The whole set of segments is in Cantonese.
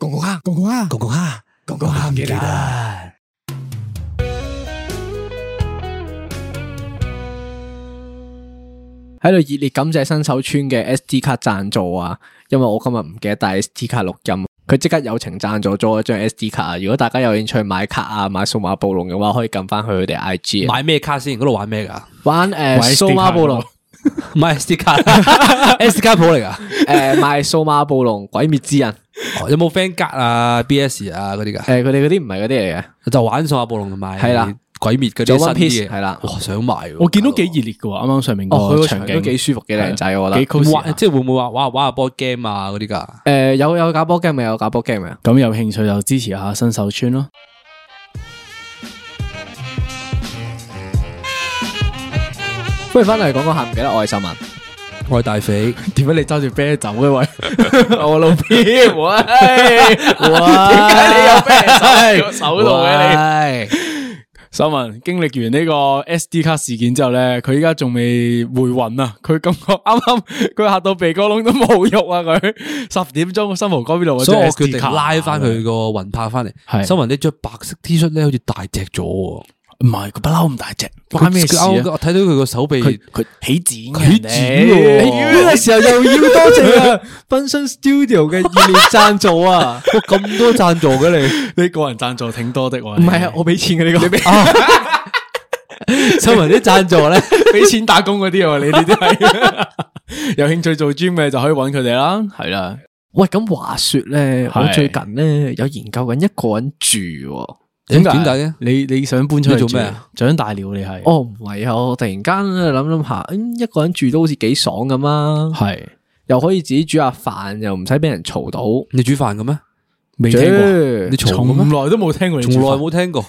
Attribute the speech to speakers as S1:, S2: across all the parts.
S1: Gong gong ha, gong gong ha, gong gong ha, gong gong ha,唔記得。
S2: 喺度熱烈感謝新手村嘅 SD 卡贊助啊！因為我今日唔記得帶 SD 卡錄音，佢即刻友情贊助咗一張 SD 卡啊！如果大家有興趣買卡啊、買數碼暴龍嘅話，可以撳翻去佢哋 IG 啊
S3: 买咩卡先？嗰度玩咩 噶？
S2: 玩
S1: 買
S2: 誒
S1: SD
S2: 數碼暴龍
S1: 卡，
S3: 唔系 S D 卡，S D 卡铺嚟噶。
S2: 誒賣呃數碼暴龍 鬼滅之刃，呃
S3: 哦有冇 fan 格啊、B S 啊嗰啲噶？
S2: 誒佢哋嗰啲唔係嗰啲嚟嘅。
S3: 就玩數碼暴龍同埋
S2: 係啦
S3: 鬼滅嗰
S2: 仲
S3: 啲
S2: 有
S3: 新
S2: One
S3: 啲
S2: Piece，
S3: 嘅，
S2: 係啦
S3: 哇想買喎，
S1: 我見到幾
S3: 大佬
S1: 熱烈嘅喎，啱啱上面
S2: 哦，佢
S1: 個
S2: 個
S1: 場
S2: 場
S1: 景
S2: 都幾舒服嘅，靚仔我覺
S1: 幾
S2: 得。
S1: cos
S3: 玩，即係會唔會話玩玩下 board game 啊嗰啲㗎？
S2: 誒呃有有搞波 game 咪有搞波 game 咪啊！
S1: 咁有興趣就支持下新手村咯。
S2: 不如翻嚟講講下唔記得愛新聞。
S3: 我係大 肥，
S1: 點解你揸住啤酒嘅喂？
S2: 我老片，喂，喂，點解你有啤酒喺個手度嘅
S3: 你
S1: 秀文經歷完呢個 SD 卡事件之後咧，佢依家仲未回魂啊！佢感覺啱 啱佢嚇到鼻哥窿都冇肉啊！佢十點鐘新蒲江邊度，
S3: 所以我決
S1: 啊
S3: 定拉翻佢個雲拍翻
S1: 係
S3: 嚟。新雲你着白色 T 恤咧，好似大隻咗喎。
S1: 唔係佢不嬲咁大隻，關咩事啊
S3: 佢啱啱我睇到佢個手臂，
S1: 佢佢起剪
S3: 起
S1: 嘅
S3: 剪
S1: 人
S3: 喎
S1: 哋
S2: 哎呢個時候又要多謝 啊 Bunsen Studio 嘅熱烈贊助啊！
S3: 哇咁多贊助嘅你。
S1: 你個人贊助挺多的喎，
S2: 唔
S1: 唔
S2: 係啊，我俾錢嘅呢個，
S3: 新雲啲贊助咧，
S1: 俾錢打工嗰啲啊，你呢 啲係 有興趣做 gym 嘅就可以揾佢哋啦，係啦，
S2: 喂，咁話說咧，
S1: 係
S2: 我最近咧有研究緊一個人住喎。
S3: 點解嘅？
S1: 你你想搬出去
S3: 你做咩
S1: 住
S3: 啊？
S1: 長大了你係
S2: 哦，唔係啊，我突然間諗諗下，嗯，一個人住都好似幾爽咁啊，
S1: 係
S2: 又可以自己煮下飯，又唔使俾人嘈到。
S3: 你煮飯嘅咩？
S1: 未聽過，
S3: 你嘈
S1: 從
S3: 嘅咩？
S1: 來都冇聽過你
S3: 從
S1: 煮飯
S3: 來冇聽過。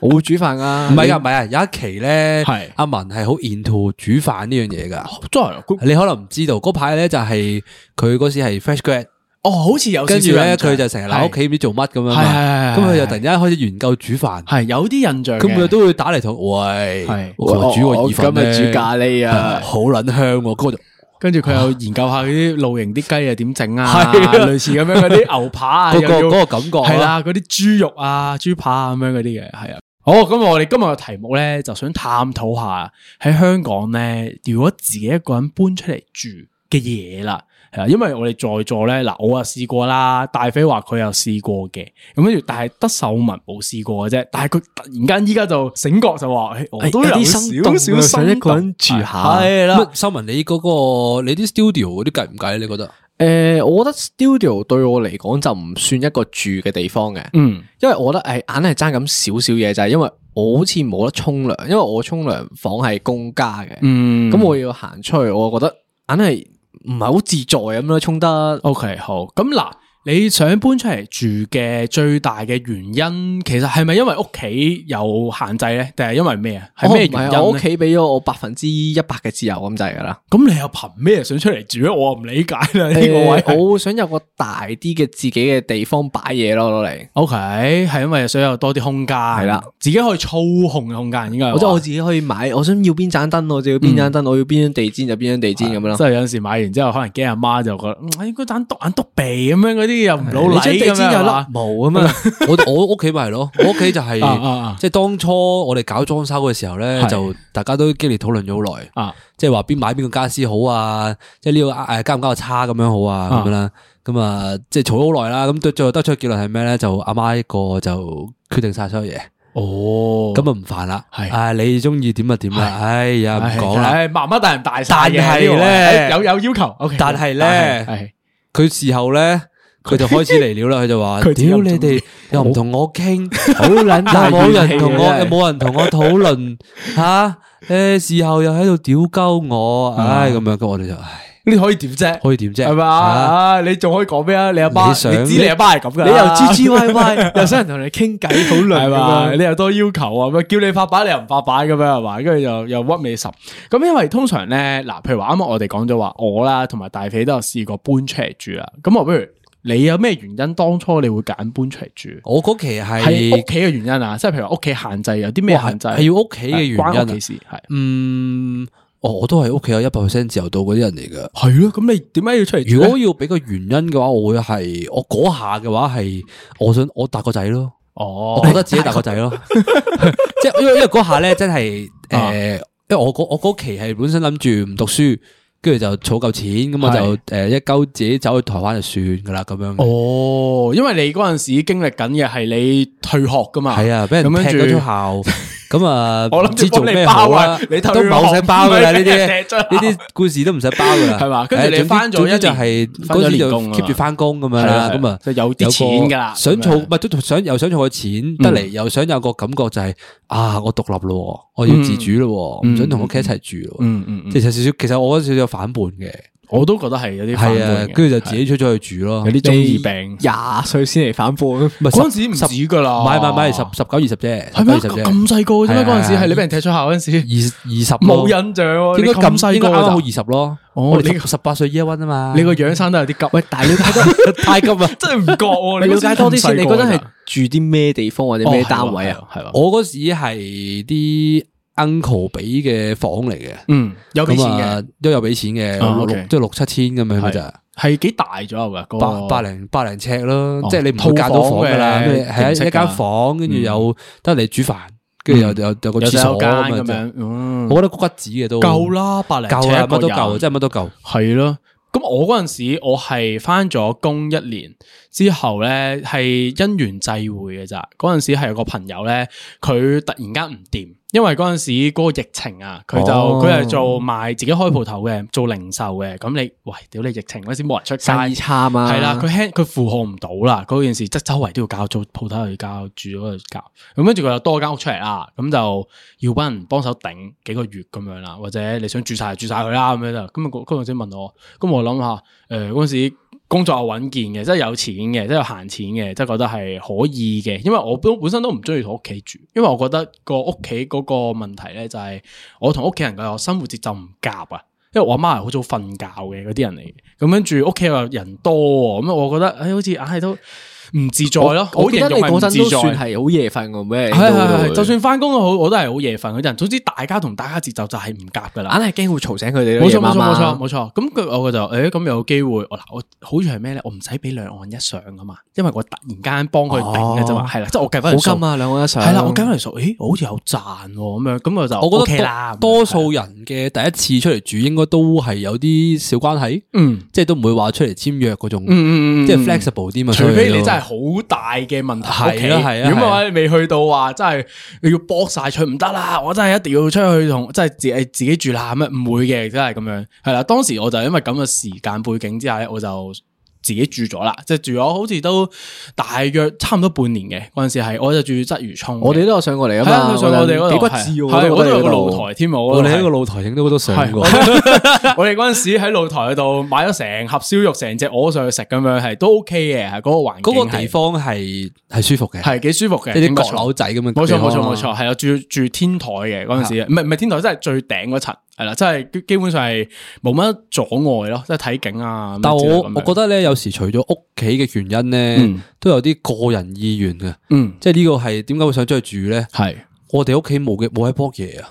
S2: 我會煮飯啊，
S3: 唔係啊，唔係啊，有一期咧
S1: 係，
S3: 阿文係好 into 煮飯呢樣嘢㗎。
S1: 真係啊佢
S3: 你可能唔知道嗰排咧就係佢嗰時係 fresh grad，
S1: 哦，好似有
S3: 跟住咧
S1: 咧
S3: 佢就成日喺屋企唔知做乜咁樣
S1: 係係係
S3: 嘛，
S1: 係
S3: 咁佢就突然間開始研究煮飯，
S1: 係有啲印象嘅，
S3: 咁佢都會打嚟同我喂
S1: 係，
S3: 我煮個意粉
S2: 我今日煮
S3: 喱，
S2: 咖喱啊
S3: 係。好撚香喎，嗰個就
S1: 跟住佢又研究下嗰啲露營啲雞啊點整啊，
S3: 係啊
S1: 類似咁樣嗰啲牛扒啊，
S3: 嗰個
S1: 又要
S3: 嗰個感覺啊
S1: 係啦，嗰啲豬肉啊、豬扒啊咁樣嗰啲嘅，係啊。好，咁我哋今日嘅題目咧，就想探討下喺香港咧，如果自己一個人搬出嚟住嘅嘢啦，係啊，因為我哋在座咧，嗱，我啊試過啦，大飛話佢有試過嘅，咁跟住但係得秀文冇試過嘅啫，但係佢突然間依家就醒覺就話，欸我都
S2: 有
S1: 有
S2: 啲
S1: 少
S2: 心動啊
S1: 少
S2: 想
S1: 心
S2: 一個人
S1: 動
S2: 住下
S1: 係啦，
S3: 乜收文你嗰個你啲 studio 嗰啲計唔計咧？你覺得？
S2: 诶、呃我覺得 studio 對我嚟講就唔算一個住嘅地方嘅，
S1: 嗯，
S2: 因為我覺得诶硬係爭咁少少嘢，就係因為我好似冇得沖涼，因為我沖涼房係公家嘅，咁、
S1: 嗯，
S2: 我要行出去，我覺得啊硬係唔係好自在咁咯，沖得
S1: OK，好。咁嗱，你想搬出嚟住嘅最大嘅原因，其實係咪因為屋企有限制咧？定係因為咩啊？係咩
S2: 我唔
S1: 原
S2: 係啊我
S1: 因
S2: 屋
S1: 咧？
S2: 企俾咗我百分之一百嘅自由咁滯噶啦，
S1: 咁你又憑咩想出嚟住咧？我唔理解 啦呢個位
S2: 誒
S1: 係。
S2: 我想有個大啲嘅自己嘅地方擺嘢咯，攞嚟，
S1: O K，係因為想有多啲空間，係
S2: 啦，
S1: 自己可以操控嘅空間，應該係
S2: 或者
S1: 話
S2: 我自己可以買，我想要邊盞燈我就要邊盞
S1: 嗯
S2: 燈，我要邊張地氈就邊張地氈咁樣咯
S1: 即。係有陣時買完之後，可能驚阿媽就覺得，嗯，哎嗰盞篤眼篤鼻咁樣嗰啲又唔老
S2: 嗯你
S1: 禮
S2: 張地
S1: 咁
S2: 氈
S1: 樣
S2: 有
S1: 係
S2: 粒
S1: 嘛，
S2: 毛咁啊！
S3: 我我屋企咪係咯，我屋企就係
S1: 啊啊啊
S3: 即係當初我哋搞裝修嘅時候咧，
S1: 係
S3: 就大家都激烈討論咗好耐。
S1: 啊，
S3: 即系话边买边个家私好啊，即系呢个诶加唔加个叉咁样好啊
S1: 啊
S3: 咁樣啦，咁啊即系嘈咗好耐啦，咁到最後得出嘅結論係咩咧？就阿媽一個就決定晒所有嘢，
S2: 嗯
S1: 哦，
S3: 咁啊唔煩啦，
S1: 係
S3: 啊你中意點就點啦，哎呀唔講啦，
S1: 唉，媽媽大人大晒
S3: 但
S1: 嘅，
S3: 係呢
S1: 呢個位有有要求，OK，
S3: 但係呢
S1: 係哎
S3: 佢事後咧。佢就開始嚟料啦，佢就話：
S1: 佢自己
S3: 屌
S1: 唔中意
S3: 你哋又唔同我傾，
S2: 好撚
S3: 又冇
S2: 怨氣
S3: 人同我，
S2: 啊
S3: 又
S2: 真係
S3: 冇人同我討 呃論吓，誒事後又喺度屌鳩我，唉咁樣，咁我哋就唉。
S1: 你可以點啫？
S3: 可以點啫
S1: 係咪啊？你仲可以講咩啊？你阿爸，
S3: 你
S1: 你
S3: 想
S1: 知你阿爸係 咁噶，
S2: 你又支支歪 歪，又想人同你傾偈討論
S1: 啊係
S2: 咁
S1: 嘛？
S2: 樣
S1: 你又多要求啊，咁樣叫你發版你又唔發版咁樣係嘛？跟住又又屈你十。咁因為通常咧，嗱，譬如話啱啱我哋講咗話我啦，同埋大肥都有試過搬出嚟住啦。咁我不如你有咩原因當初你會揀搬出嚟住？
S3: 我嗰期
S1: 係
S3: 係
S1: 屋企嘅原因啊，即係譬如話屋企限制有啲咩限制？
S3: 係要屋企嘅原因啊
S1: 關屋企事係。
S3: 嗯，哦，我都係屋企有一百 percent 自由度嗰啲人嚟嘅。
S1: 系咯，咁你點解要出嚟住
S3: 如
S1: 呢？
S3: 果要俾個原因嘅話，我會係我嗰下嘅話係，我想我大個仔咯，
S1: 哦
S3: 我覺得自己大個仔咯， 即係因為因為嗰下咧真係
S1: 啊
S3: 诶，因為我嗰我嗰期係本身諗住唔讀書，跟住就儲夠錢，咁我
S1: 係
S3: 就诶一鳩自己走去台灣就算噶啦咁樣。
S1: 哦，因為你嗰阵时经历紧嘅係你退學噶嘛，
S3: 系啊，俾人
S1: 咁
S3: 踢咗
S1: 跟
S3: 出
S1: 住
S3: 校，咁啊，
S1: 我諗
S3: 唔知
S1: 住
S3: 做
S1: 幫你
S3: 咩
S1: 包
S3: 好啦
S1: 啊，你偷
S3: 都
S1: 咗
S3: 唔
S1: 學
S3: 使包噶啦，呢
S1: 唔係俾
S3: 啲
S1: 人踢出校
S3: 呢啲故事都唔使包噶啦，
S1: 係嘛跟
S3: 係
S1: 住
S3: 啊
S1: 你
S3: 總之
S1: 返咗
S3: 總之
S1: 一
S3: 就
S1: 年
S3: 係
S1: 返
S3: 嗰
S1: 咗
S3: 時
S1: 一年
S3: 就
S1: 工啊嘛
S3: keep 住翻工咁樣
S1: 係啊
S3: 啦，
S1: 係啊
S3: 咁啊
S1: 即係有啲
S3: 個
S1: 錢㗎啦
S3: 想
S1: 咁樣嗯
S3: 儲唔係都想又想儲嘅錢得嚟，又想有個感覺就係啊，我獨立咯，我要自主咯，
S1: 嗯
S3: 唔想同屋企一齊住咯，
S1: 嗯嗯嗯
S3: 即係有少少，其實我嗰少少反叛嘅，
S1: 我都覺得係有啲反
S3: 係
S1: 叛
S3: 啊
S1: 嘅，
S3: 跟住就自己出咗去住咯，
S1: 有啲中二病。
S2: 廿歲先嚟反叛。
S3: 唔係
S1: 嗰陣時唔
S3: 十
S1: 止㗎啦，
S3: 買買買十十九二十啫，
S1: 啊係咩？
S3: 19-20啫
S1: 咁細個嘅啫咩？
S3: 係啊
S1: 嗰陣時
S3: 係啊
S1: 係你俾人踢出校嗰陣時，
S3: 二二十
S1: 冇
S3: 咯
S1: 印象喎。
S3: 應
S1: 你
S3: 該
S1: 咁
S3: 咁
S1: 細
S3: 應該
S1: 個
S3: 啱啱好
S1: 就
S3: 二十咯。
S1: 哦
S3: 我
S1: 你
S3: 哋十八歲 year one 啊嘛。
S1: 你個樣生得有啲急。喂，但係
S2: 得太急啦！
S1: 真係唔覺喎。
S2: 你
S1: 你
S2: 了解多啲先。你嗰
S1: 嗰
S2: 陣
S1: 陣
S2: 係住啲咩地方或者咩單位啊？？
S1: 哦係喎係喎，
S3: 我嗰時係啲 uncle 俾嘅房嚟嘅，
S1: 嗯，有俾錢
S3: 咁
S1: 嘅，
S3: 啊都有俾錢嘅，
S1: 啊
S3: 六
S1: OK
S3: 即係六七千咁樣嘅
S1: 係
S3: 咋，
S1: 係幾大左右㗎？嗰個
S3: 百百零百零尺咯
S1: 哦，
S3: 即係你唔會間到房㗎啦，
S1: 套房嘅
S3: 係啊
S1: 形式㗎嗯
S3: 一間房，跟住有得嚟煮飯，跟住有有有個
S1: 有
S3: 廁
S1: 洗手
S3: 所
S1: 間
S3: 咁
S1: 咁
S3: 樣。
S1: 樣，嗯
S3: 我，覺得骨子嘅都
S1: 夠，啦，百零
S3: 夠啦，乜都夠，
S1: 夠，
S3: 真係乜都夠。
S1: 係咯。咁我嗰陣時，我係翻咗工一年之後咧，係因緣際會嘅咋。嗰陣時係有個朋友咧，佢突然間唔掂，因為嗰陣時嗰個疫情啊，佢就
S3: 哦
S1: 佢係做賣自己開鋪頭嘅，做零售嘅。咁你喂，屌你疫情嗰陣時冇人出
S2: 生意
S1: 街。
S2: 差嘛？
S1: 係啦，佢輕佢負荷唔到啦，嗰件事即係周圍都要交租，鋪頭又要交，住嗰度要交，咁跟住佢又多間屋出嚟啦，咁就要班人幫手頂幾個月咁樣啦，或者你想住晒就住晒佢啦咁樣啦。咁啊嗰嗰陣時問我，咁我諗下，誒呃嗰陣時工作又穩健嘅，即係有錢嘅，即係有閒錢嘅，即係覺得係可以嘅，因為我本本身都唔中意同屋企住，因為我覺得個屋企嗰個問題咧就係、我同屋企人嘅生活節奏唔夾啊。因為我阿媽係好早瞓覺嘅嗰啲人嚟嘅，咁跟住屋企又人多喎，咁我覺得，哎唉，好似硬係都唔自在咯。
S2: 我覺得
S1: 形容
S2: 你
S1: 係唔
S2: 嗰陣
S1: 自
S2: 都
S1: 在
S2: 算係好夜瞓嘅咩？
S1: 係
S2: 都
S1: 係係，
S2: 會
S1: 就算翻工都好，我都係好夜瞓嗰啲人。總之大家同大家節奏就係唔夾噶啦。
S2: 硬係驚會嘈醒佢哋咯。
S1: 冇錯
S2: 夜
S1: 冇
S2: 媽媽
S1: 錯冇錯。冇錯，咁佢我就誒咁有機會，我嗱我好處係咩咧？我唔使俾兩岸一上噶嘛，因為我突然間幫佢頂嘅啫嘛，
S2: 哦
S1: 係啦，即係我計翻
S2: 好
S1: 嚟數
S2: 金，啊，兩個一上。
S1: 係啦，我計翻嚟數，誒我好似有賺喎咁樣，咁我就
S3: 我覺
S1: OK
S3: 得
S1: 啦，
S3: 多多
S1: 咁樣係
S3: 數人嘅第一次出嚟住，應該都係有啲小關係。
S1: 嗯。
S3: 即係都唔會話出嚟簽約嗰種，
S1: 嗯嗯嗯嗯
S3: 即係 flexible 啲嘛。
S1: 除非你真係
S3: 係
S1: 好大嘅問題，
S3: 係啦係啊啦
S1: 如果唔係你未去到話，真係你要搏晒出唔得啦，我真係一定要出去同，真係自己自己住啦，咁樣唔會嘅，真係咁樣。係啦，當時我就因為咁嘅時間背景之下咧，我就。自己住咗啦，即係住咗好似都大約差唔多半年嘅嗰陣時係，我就住鰂魚涌嘅。
S2: 我哋都有上過嚟啊
S1: 係啊，
S2: 嘛。
S1: 佢上我哋嗰度
S2: 幾不
S1: 係
S2: 智喎，
S1: 係啊
S2: 覺
S1: 我
S2: 得
S1: 都有
S2: 你
S1: 個
S2: 嗰
S1: 露
S2: 度
S1: 台添，我
S3: 我
S1: 嗰度
S3: 哋喺
S1: 係
S3: 個露台影到好多相過，
S1: 我哋嗰陣時喺露台嗰度買咗成盒燒肉，成隻鵝上去食咁樣，係都 OK 嘅，係嗰個環境
S3: 嗰個
S1: 係
S3: 地方係係舒服嘅，
S1: 係幾舒服嘅，
S3: 即係
S1: 應該
S3: 啲閣樓仔咁樣。
S1: 冇錯冇錯冇。錯，係啊，住住天台嘅嗰陣時，
S3: 啊
S1: 唔係唔係天台，真係最頂嗰層，係啦，真係基基本上係冇乜阻礙咯，即係睇景啊。
S3: 但我我覺
S1: 得，
S3: 得咧，有時除咗屋企嘅原因
S1: 嗯
S3: 咧，都有啲個人意願嘅。
S1: 嗯，
S3: 即係呢個係點解會想出去住咧？
S1: 係，
S3: 我哋屋企冇嘅冇喺波嘢啊，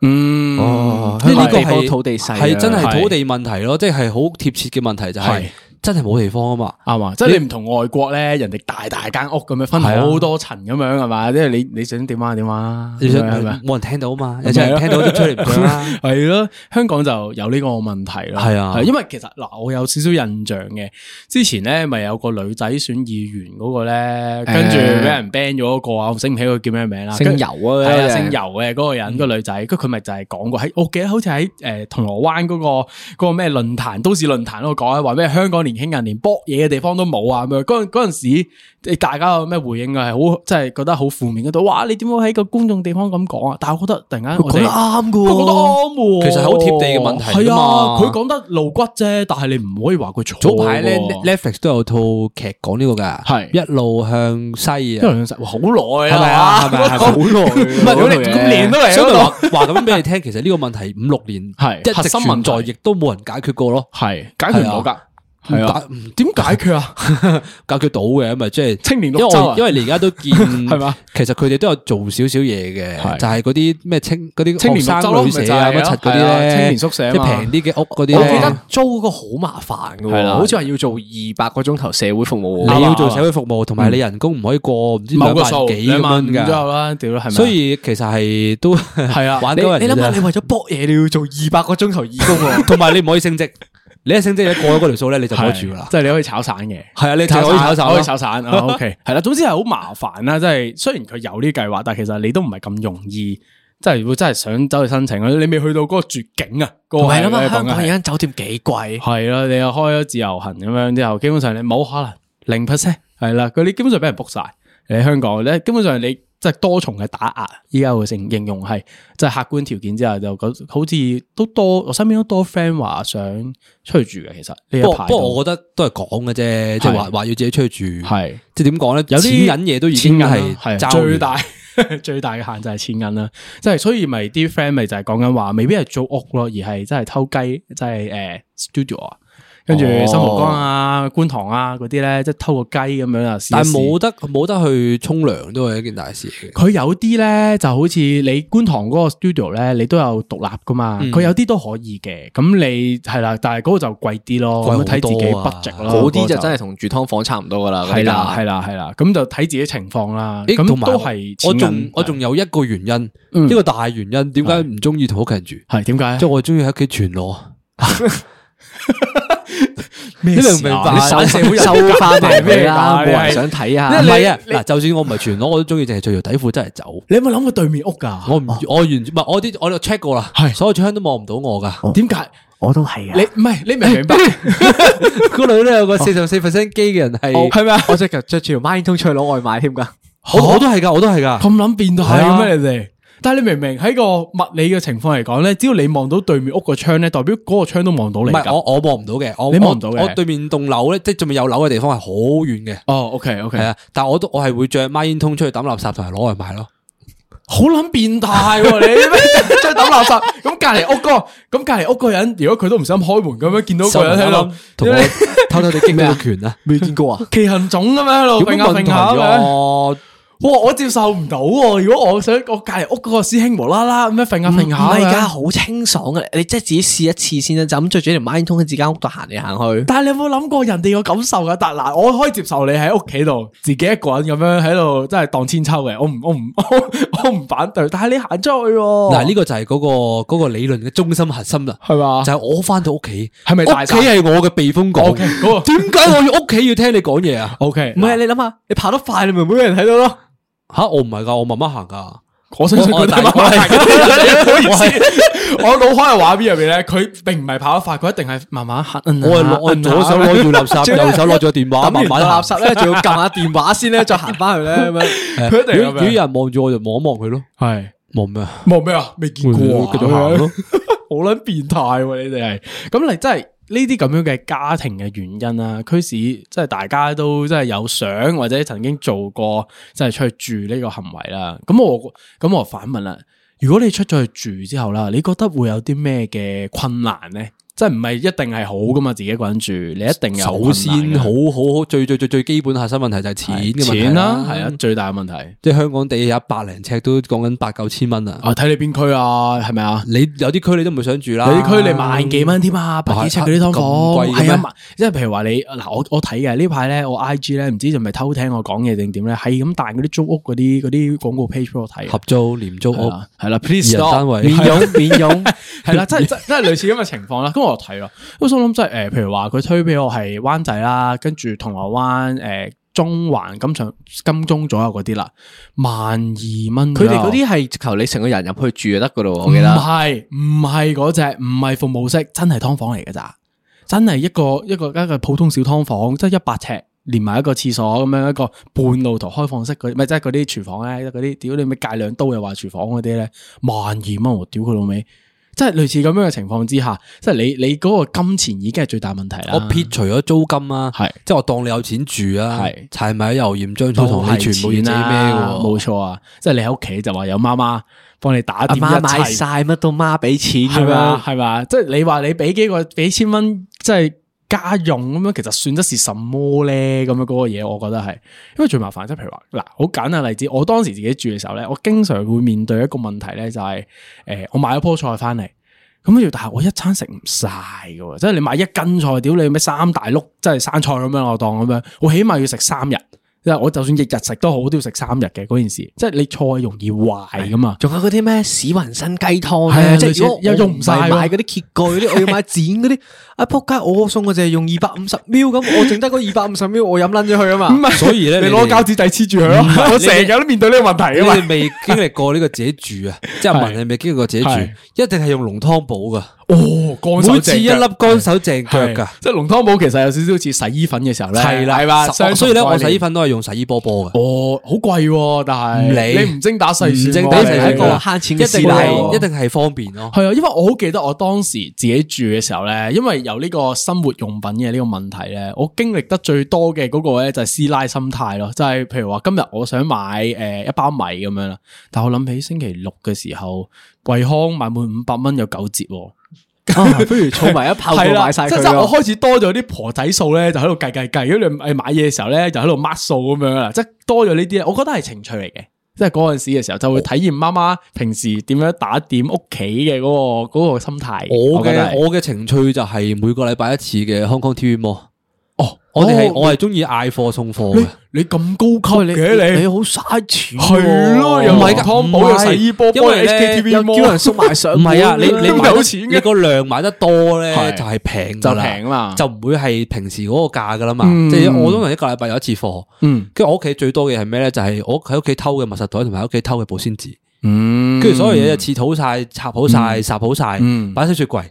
S1: 嗯，
S2: 哦
S3: 即係呢
S2: 香港
S3: 個
S2: 地方
S3: 係
S2: 土地細啊
S3: 係真係
S1: 係
S3: 土地問題咯，即係好貼切嘅問題就係
S1: 係
S3: 真係冇地方啊嘛。
S1: 啱啊，即係你唔同外國咧，人哋大大間屋咁樣分
S3: 係啊
S1: 好多層咁樣係嘛，即係你你想點啊點啊，
S3: 你想
S1: 咁樣係咪？
S3: 冇人聽到啊嘛，有啲人聽到都出嚟唔想 啊啦。
S1: 系咯，香港就有呢個問題啦。
S3: 係啊
S1: 係因為其實嗱，我有少少印象嘅，之前咧咪有個女仔選議員嗰個咧，跟住俾人 ban 咗嗰個啊，我醒唔起佢叫咩名啦。
S2: 姓游啊
S1: 系啊，
S2: 嗰個
S1: 姓
S2: 人
S1: 游嘅嗰個
S3: 嗯
S1: 人，個女仔，跟住佢咪就係講哎呃過喺，我記得好似喺诶銅鑼灣嗰個嗰個咩論壇，都市論壇嗰度講啊，話咩香港連輕人連搏嘢嘅地方都冇啊咁樣。嗰陣嗰陣時，你大家有咩回應啊？係好即係覺得好負面嗰度。哇！你點會喺個公眾地方咁講啊？但係我覺得突然間我
S3: 講
S1: 哋
S3: 得啱㗎喎
S1: 佢講得啱喎。
S3: 其實係好貼地嘅問題
S1: 係
S3: 㗎
S1: 啊，
S3: 嘛
S1: 佢講得露骨啫，但係你唔可以話佢錯
S3: 早
S1: 喎。
S3: 排咧 Netflix 都有套劇講呢個噶，
S1: 係
S3: 一路向西
S1: 因
S3: 啊
S1: 為。兩集哇好耐啦，
S3: 係咪啊？係咪 啊？
S1: 好
S3: 好耐，啊
S1: 唔係我哋咁年都嚟
S3: 所以咪
S1: 嗰
S3: 話話 咁俾你聽，其實呢個問題五六年
S1: 係
S3: 一
S1: 核
S3: 直
S1: 心
S3: 存
S1: 問
S3: 在，
S1: 題
S3: 亦都冇人解決過咯。
S1: 係解決唔到㗎，係啊，
S3: 唔解
S1: 點解決 啊？
S3: 解決到嘅，咁咪即係
S1: 青年
S3: 因為
S1: 綠洲
S3: 我
S1: 啊
S3: 因為你而家都見
S1: 係嘛，
S3: 其實佢哋都有做少少嘢
S1: 係
S3: 嘅，就係嗰啲咩青嗰啲
S1: 青年
S3: 學
S1: 綠洲
S3: 生
S1: 咯
S3: 旅
S1: 咪
S3: 社
S1: 就
S3: 啊
S1: 係
S3: 乜
S1: 咯
S3: 柒嗰啲
S1: 係啊
S3: 咧，
S1: 青年宿舍啊
S3: 即係
S1: 嘛
S3: 平啲嘅屋嗰啲
S2: 我
S3: 咧，
S2: 記得租嗰個好麻煩噶
S1: 係
S2: 喎，
S1: 啦
S2: 好似話要做二百個鐘頭社會服務喎。
S3: 你要做社會服務，同埋你人工唔可以過唔知
S1: 某
S3: 兩
S1: 個
S3: 萬
S1: 數
S3: 幾
S1: 兩
S3: 咁
S1: 萬五
S3: 樣
S1: 左右
S3: 㗎。
S1: 啦，屌係咪？
S3: 所以其實係都係
S1: 啊
S3: 玩
S2: 你
S3: 到人
S2: 你諗下，
S3: 嘅啫
S2: 你為咗搏嘢，你要做二百個鐘頭義工喎。
S3: 同埋你唔可以升職，你一升職你過咗嗰條數咧，你就攞住㗎啦。
S1: 即係你可以炒散嘅。
S3: 係啊，你就可以炒手
S1: 可
S3: 咯
S1: 以。炒散 啊。OK，係啦，總之係好麻煩啦。即係雖然佢有呢啲計劃，但係其實你都唔係咁容易，即係會真係想走去申請啊你未去到嗰個絕境啊。嗰個
S2: 唔係諗
S1: 你
S2: 下
S1: 講緊
S2: 香港
S1: 係
S2: 而家酒店幾貴，
S1: 係啦，你又開咗自由行咁樣之後，基本上你冇可能零 percent 係啦，佢你基本上俾人 book 晒。你喺香港咧，基本上你即係多重嘅打壓，依家會成形容係即係客觀條件之下就覺得好似都多，我身邊都多 friend 話想出去住嘅，其實呢
S3: 不
S1: 一
S3: 過
S1: 排
S3: 不過，我覺得都係講嘅啫，即係話
S1: 係
S3: 話要自己出去住，
S1: 係。
S3: 即係點講咧？有
S1: 有啲
S3: 錢銀嘢都已經係
S1: 係啊
S3: 爭
S1: 最大 最大嘅限制係錢銀啦，即係所以咪啲 friend 咪就係講緊話，未必係租屋咯，而係真係偷雞，即係誒 studio 啊，跟住
S2: 哦
S1: 新蒲崗啊、觀塘啊嗰啲咧，即係偷個雞咁樣啊，試一試
S3: 但係冇得冇得去沖涼都係一件大事嚟嘅。
S1: 佢有啲咧就好似你觀塘嗰個 studio 咧，你都有獨立噶嘛，
S3: 嗯
S1: 佢、有啲都可以嘅，咁你係啦，但係嗰個就貴啲咯，
S3: 貴
S1: 咁
S3: 好
S1: 樣睇自己
S3: 多啊
S1: budget 咯，
S2: 嗰啲
S1: 嗰個
S2: 就真係同住劏房差唔多噶啦。
S1: 係啦係
S2: 啦，
S1: 啦係啦，咁就睇自己情況啦，
S3: 咦
S1: 咁
S3: 同埋
S1: 都係
S3: 我
S1: 錢銀
S3: 仲我仲有一個原因，
S1: 嗯
S3: 一個大原因，點解唔中意同屋企人住？
S1: 係點解？
S3: 即係我中意喺屋企全裸。
S1: 你
S3: 你明唔明白？
S2: 啊你
S3: 唔
S2: 收社會收翻嚟咩啦，冇人想睇啊。
S3: 係啊，嗱，就算我唔係全裸，我都中意淨係着條底褲真係走。
S1: 你有冇諗過對面屋噶？
S3: 我唔我完全唔係我啲我就 check 過啦，
S1: 係
S3: 所有窗都望唔哎到我噶。
S1: 點解？
S2: 我都係啊
S1: 你唔係你明唔明白？
S3: 嗰度都 有個四十四 percent 機嘅人係，
S2: 係咪啊？我最近着住條孖煙通出去攞外賣添㗎。
S3: 我我都係噶，我都係噶。
S1: 咁諗變態嘅
S3: 係啊
S1: 咩？你哋？但係你明唔明喺個物理嘅情況嚟講咧，只要你望到對面屋個窗咧，代表嗰個窗都望到
S3: 唔
S1: 你
S3: 係
S1: 噶。
S3: 我我望唔到嘅，我
S1: 你望唔到嘅
S3: 我我對面棟樓咧，即係對面有樓嘅地方係好遠嘅，
S1: 哦，OK
S3: 係
S1: OK，
S3: 啊。但係我都我係會着孖煙通出去抌垃圾同埋攞外賣咯。
S1: 好諗變態喎！你出去抌垃圾，咁隔離屋個，咁隔離屋個人，如果佢都唔想開門咁樣，見到個人喺度
S3: 同我偷偷哋經過拳啊，
S2: 未見過 啊？
S1: 奇行種咁樣喺
S3: 咁
S1: 度揈下
S3: 問啊
S1: 揈下咁樣。
S3: 我
S1: 哇！我接受唔到喎！如果我想我隔離屋嗰個師兄無啦啦咁樣
S3: 嗯
S1: 揈下
S2: 唔
S1: 揈下，
S2: 係㗎，好清爽嘅。你即係自己試一次先啦，就咁着住條孖煙通喺自己間屋度行嚟行去。
S1: 但係你有冇諗過人哋個感受噶？但嗱，我可以接受你喺屋企度自己一個人咁樣喺度，真係盪千秋嘅。我唔我 唔我唔反對，但係你行出去喎，
S3: 嗱呢個就係嗰個哦嗰個理論嘅中心核心啦，
S1: 係嘛
S3: 就係我翻到屋企，
S1: 係咪大
S3: 屋企
S1: 晒
S3: 啊係我嘅避風 港？
S1: OK，嗰個啊
S3: 點解我要屋企要聽你講嘢 啊？
S1: ？O K，
S2: 唔係你諗下，你跑得快，你咪冇人睇到咯。
S3: 吓，我唔係噶，我慢慢行 噶。
S1: 我相信
S3: 我我
S1: 佢大概係 咁唔好意思，我腦海嘅畫面入面咧，佢並唔係跑得快，佢一定係慢嗯慢行。
S3: 我係攞我係左手攞住垃 圾，右手攞住個電話，
S2: 抌
S3: 慢
S2: 完
S3: 慢
S2: 個
S3: 行
S2: 垃。圾咧，仲要撳下電話先咧，再行翻去咧咁 樣。
S3: 係
S1: 佢一定係咁樣
S3: 如果如果有人望住我就望一望佢咯，
S1: 係
S3: 望咩啊？
S1: 冇咩啊？未見過啊，
S3: 繼續行咯。
S1: 好捻變態喎！你哋係咁，你真係呢啲咁樣嘅家庭嘅原因啦、驅使即係大家都真係有想或者曾經做過，即係出去住呢個行為啦。咁我咁我反問啦，如果你出咗去住之後啦，你覺得會有啲咩嘅困難咧？即係唔係一定係好噶嘛？自己一個人住，你一定有
S3: 首先好好好最最最最基本核心問題就係錢嘅問題
S1: 錢啦，係啊，，最大嘅問題。
S3: 即係香港地有一百零尺都講緊八九千蚊啊。
S1: 啊，睇你邊區啊，係咪啊？
S3: 你有啲區你都唔會想住啦，
S1: 有啲區你萬幾蚊添啊，百幾尺嗰啲劏
S3: 啊咁
S1: 房
S3: 貴嘅咩
S1: 係啊，萬即係譬如話你嗱，我我睇嘅呢排咧，我 I G 咧唔知係咪偷聽我講嘢定點咧，係咁彈嗰啲租屋嗰啲嗰啲廣告 page 俾我睇啊
S3: 合，租廉租
S1: 係
S3: 屋，
S1: 啦係啦，please
S3: 人
S1: stop
S3: 單位
S1: 免 佣
S2: 免佣，
S1: 係啦， 即係即係即係類似咁嘅情況啦。咁我就睇咯，咁心諗即係誒，譬如話佢推俾我係灣仔啦，跟住銅鑼灣誒中環金上金鐘左右嗰啲啦，萬二蚊
S2: 佢
S1: 左右。
S2: 哋嗰啲係啊直頭你成個人入去住就得噶咯喎，我記
S1: 唔
S2: 得。
S1: 係唔係嗰只，唔係服務式，真係劏房嚟噶咋。真係一個一個一個普通小劏房，即係一百尺。連埋一個廁所咁樣一個半露台開放式嗰啲，咪即係嗰啲廚房咧，嗰啲屌你咪界兩刀又話廚房嗰啲咧，萬二蚊我屌佢老味，即係類似咁樣嘅情況之下，即係你你嗰個金錢已經係最大問題啦。
S3: 我撇除咗租金啊，
S1: 係
S3: 即系我當你有錢住啊
S1: 係，
S3: 柴米油鹽醬醋同你全部要自己孭嘅喎，
S1: 冇錯啊！即係你喺屋企就話有媽媽幫你打
S2: 阿
S1: 點
S2: 媽啊買
S1: 一切，
S2: 晒乜都媽俾錢
S1: 係
S2: 咁
S1: 嘛
S2: 樣，
S1: 係嘛？即係你話你俾幾個俾千蚊，即係家用咁樣，其實算得是什麼咧？咁樣嗰個嘢，我覺得係，因為最麻煩即係譬如話嗱，好簡單例子，我當時自己住嘅時候咧，我經常會面對一個問題咧，就係、诶我買咗棵菜翻嚟。咁跟住，但係我一餐食唔晒嘅喎，即係你買一斤菜，屌你咩三大碌，即係生菜咁樣我當咁樣，我起碼要食三日，即係我就算日日食都好，都要食三日嘅嗰件事，即係你菜容易壞噶嘛。
S2: 仲有嗰啲咩史雲生雞湯
S1: 係
S2: 咧，
S1: 啊
S2: 即係如果
S1: 類似又用唔晒喎
S2: 我買嗰啲揭蓋嗰啲，我 要買剪嗰啲，啊仆街！我送我淨係用二百五十 ml 咁，我剩低嗰二百五十 ml 我飲撚咗佢啊嘛。
S1: 係
S3: 所以咧
S1: 你
S3: 你
S1: 攞
S3: 哋
S1: 膠紙仔黐住佢咯。我成日都面對呢個問題
S3: 你
S1: 啊嘛。
S3: 哋未 經歷過呢個自己住啊，即係阿文你未經歷過自己住
S1: 係，
S3: 一定係用濃湯寶噶，
S1: 哦，乾手
S3: 每次一
S1: 淨
S3: 粒
S1: 腳
S3: 乾手淨腳
S1: 係
S3: 噶，
S1: 即係龍湯寶其實有少少似洗衣粉嘅時候咧，
S3: 係啦
S1: 係嘛，
S3: 所
S1: 相
S3: 所以咧
S1: 同概
S3: 我洗
S1: 念
S3: 衣。粉都係用洗衣波波嘅，
S1: 哦，好貴喎，但
S3: 唔
S1: 係
S3: 理
S1: 你唔精打細算喎，
S3: 唔精
S2: 打
S3: 打
S2: 細
S3: 細
S2: 算
S3: 算
S2: 係一個慳
S3: 一
S2: 錢
S3: 定
S2: 嘅事
S1: 嚟
S3: 係一定係方便咯。
S1: 係啊，因為我好記得我當時自己住嘅時候咧，因為有呢個生活用品嘅呢個問題咧，我經歷得最多嘅嗰個咧就係師奶心態咯，就係、譬如話今日我想買誒、呃一包米咁樣啦，但我諗起星期六嘅時候，惠康買滿五百蚊有九折喎。
S2: 啊不如儲埋一炮過
S1: 係啦
S2: 買晒
S1: 即係
S2: 佢
S1: 即係我
S2: 咯。
S1: 開始多咗啲婆仔數咧，就喺度計計計，如果你誒買嘢嘅時候咧，就喺度 mark 數咁樣啦，即係多咗呢啲咧，我覺得係情趣嚟嘅。即係嗰陣時嘅時候，就會體驗媽媽平時點樣打點屋企嘅嗰個嗰個心態。
S3: 我
S1: 覺得
S3: 嘅
S1: 係
S3: 我嘅情趣就係每個禮拜一次嘅 Hong Kong TV Mall，
S1: 哦，
S3: 我哋係
S1: 哦
S3: 我係中意嗌貨送貨嘅
S1: 你。你咁高級嘅 你
S2: 你好嘥錢喎，
S1: 係咯，又
S3: 唔
S1: 買
S3: 係㗎
S1: 湯寶又
S3: 唔係
S1: 洗衣波，
S3: 因
S1: 幫
S3: 為
S1: 你
S3: 呢
S1: HKTV
S2: 又
S1: 摸
S2: 叫人送埋上
S3: 唔
S2: 門，
S3: 係啊，你你
S1: 都
S3: 買
S1: 有
S3: 得
S1: 錢嘅
S3: 你個量買得多咧，
S1: 係
S3: 就係平
S1: 就
S3: 㗎
S1: 平啊
S3: 啦，
S1: 嘛，
S3: 就唔會係平時嗰個價㗎啦嘛。
S1: 嗯
S3: 即係我通常一個禮拜有一次貨，
S1: 嗯
S3: 跟住我屋企最多嘅係咩咧？就係我喺屋企偷嘅密實袋同埋喺屋企偷嘅保鮮紙，
S1: 嗯，
S3: 跟住所有嘢就切好晒、插好晒、烚好晒
S1: 嗯，
S3: 擺喺雪櫃，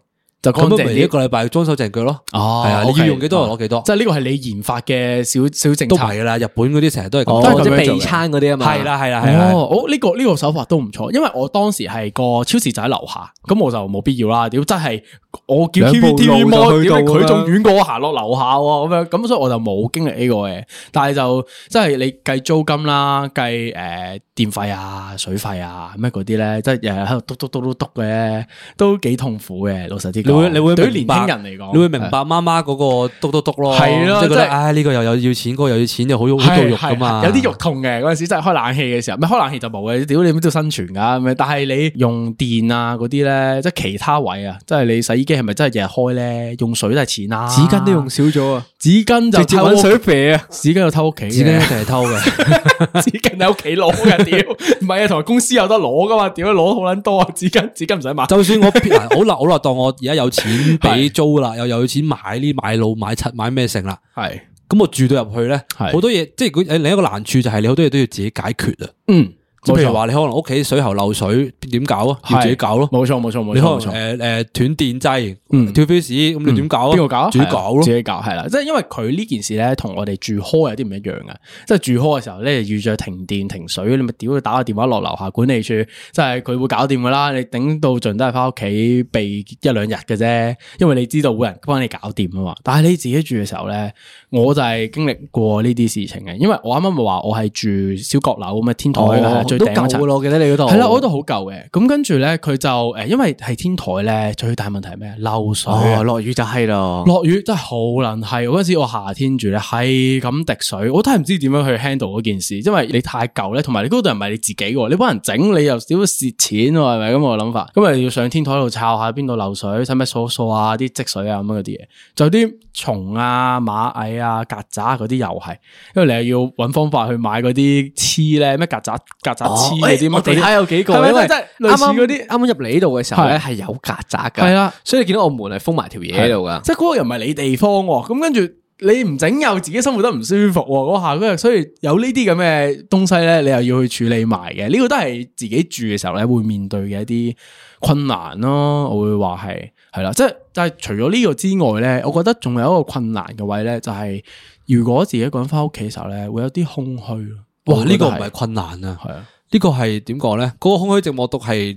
S1: 就乾
S3: 咁
S1: 淨
S3: 樣咪一
S1: 啲。
S3: 個禮拜裝修淨腳咯。
S1: 哦
S3: 係啊，你
S1: OK，
S3: 要用幾多就攞幾多，
S1: 即係呢個係你研發嘅小小政
S3: 都
S1: 策
S3: 唔。係㗎啦。日本嗰啲成日都係
S2: 哦
S3: 咁
S1: 都
S3: 做
S1: 係
S3: 嘅，
S1: 咁
S2: 即係
S1: 樣做
S2: 備
S1: 嘅
S2: 餐嗰啲啊嘛。
S3: 係啦係啦係啦。
S1: 哦，我呢、個呢、個手法都唔錯，因為我當時係個超市就喺樓下，咁我就冇必要啦。屌，真係我叫
S2: 兩步
S1: TV
S2: 路
S1: TV
S2: 就
S1: 摩，
S2: 去
S1: 屌
S2: 到
S1: 你佢
S2: 啦
S1: 仲遠過我行落樓下喎，咁樣咁所以我就冇經歷呢個嘅。但係就即係你計租金啦，計誒、呃、電費啊、水費啊咩嗰啲咧，即係日日喺度篤篤篤篤篤嘅，都幾痛苦嘅。老實啲講，
S3: 你會你會
S1: 對於年
S3: 明白
S1: 輕人嚟講，
S3: 你會明白媽媽嗰個篤篤篤咯，
S1: 係咯
S3: 即係覺
S1: 即
S3: 得
S1: 係
S3: 唉呢個又有要錢，嗰個又要錢，又好肉好
S1: 係
S3: 到肉噶嘛，
S1: 係有啲肉痛嘅嗰陣時，真係開冷氣嘅時候，咩開冷氣就冇嘅，屌你都要生存噶咁樣。但係你用電啊嗰啲咧，即係其他位啊，即係你洗衣機係咪真係日日開咧？用水都係錢
S3: 啊
S1: 啦，
S2: 紙巾都用，少咗啊，
S1: 紙巾就
S2: 直接
S1: 偷
S2: 揾水肥啊！
S1: 紙巾就偷屋企
S3: 紙巾一
S1: 嘅，
S3: 定係偷嘅。
S1: 紙巾喺屋企攞嘅，屌唔係啊，同埋公司有得攞噶嘛，屌攞好撚多啊，紙巾紙巾唔使買，
S3: 就 算我撇嗱好啦好啦，當我而家有錢俾租啦，又有錢買呢買路買七買咩成啦，
S1: 係
S3: 咁我住到入去咧，
S1: 係
S3: 好多嘢即係佢誒另一個難處就係你好多嘢都要自己解決啊。
S1: 嗯，
S3: 即係譬如
S1: 冇錯
S3: 話你可能屋企水喉漏水點搞啊？要自己搞咯。
S1: 冇錯冇錯冇錯
S3: 你可能
S1: 冇錯。
S3: 誒誒斷電掣
S1: 嗯、
S3: 跳 fuse 咁你點搞啊？
S1: 邊個搞啊？
S3: 自己搞
S1: 係啊
S3: 咯
S1: 自。己搞係啦。即係因為佢呢件事咧，同我哋住 hall 有啲唔一樣嘅。即係住 hall 嘅時候咧，遇着停電停水，你咪屌佢打個電話落樓下管理處，即係佢會搞掂噶啦。你頂到盡都係翻屋企避一兩日嘅啫，因為你知道會有人幫你搞掂啊嘛。但係你自己住嘅時候咧，我就係經歷過呢啲事情嘅。因為我啱啱咪話我係住小閣樓咁啊，天台嘅
S3: 哦
S1: 係啊最
S2: 哦都
S1: 頂嗰
S2: 夠
S1: 層
S2: 噶。咯，我記得你嗰度
S1: 係啦，我嗰度好舊嘅，咁跟住咧，佢就誒，因為係天台咧，最大問題係咩？漏水啊
S2: 哦，落雨就係咯。
S1: 落雨真係好撚係，嗰陣時我夏天住咧係咁滴水，我都係唔知點樣去 handle 嗰件事，因為你太舊咧，同埋你嗰度又唔係你自己喎，你幫人整你又少蝕錢喎，係咪咁我諗法？咁啊要上天台度抄下邊度漏水，使唔使掃一掃啊啲積水啊咁樣嗰啲嘢，就有啲蟲啊、螞蟻啊、曱甴嗰啲又係，因為你又要揾方法去買嗰啲黐咧，咩曱甴曱甴黐嗰啲
S2: 哦我
S1: 乜
S2: 地下
S1: 嗰啲，
S2: 有幾個，
S1: 哦係
S2: 因
S1: 咪
S2: 為
S1: 真係
S2: 啱
S1: 類似
S2: 啱
S1: 嗰啲
S2: 啱啱入嚟呢度嘅時候咧
S1: 係
S2: 係有曱甴噶，
S1: 係啦。
S2: 所以你見到我門係封埋條嘢喺度噶。
S1: 即系嗰個又唔係你地方喎，咁跟住你唔整又自己生活得唔舒服喎，嗰下跟住所以有呢啲咁嘅東西咧，你又要去處理埋嘅，呢、個都係自己住嘅時候咧會面對嘅一啲困難咯，我會話係系啦，即係但係除咗呢個之外咧，我覺得仲有一個困難嘅位咧，就係如果自己一個人翻屋企嘅時候咧，會有啲空虛咯。
S3: 哇！呢
S1: 個
S3: 個唔係困難啊，
S1: 係啊，
S3: 呢個係點講咧？嗰、個空虛寂寞毒係，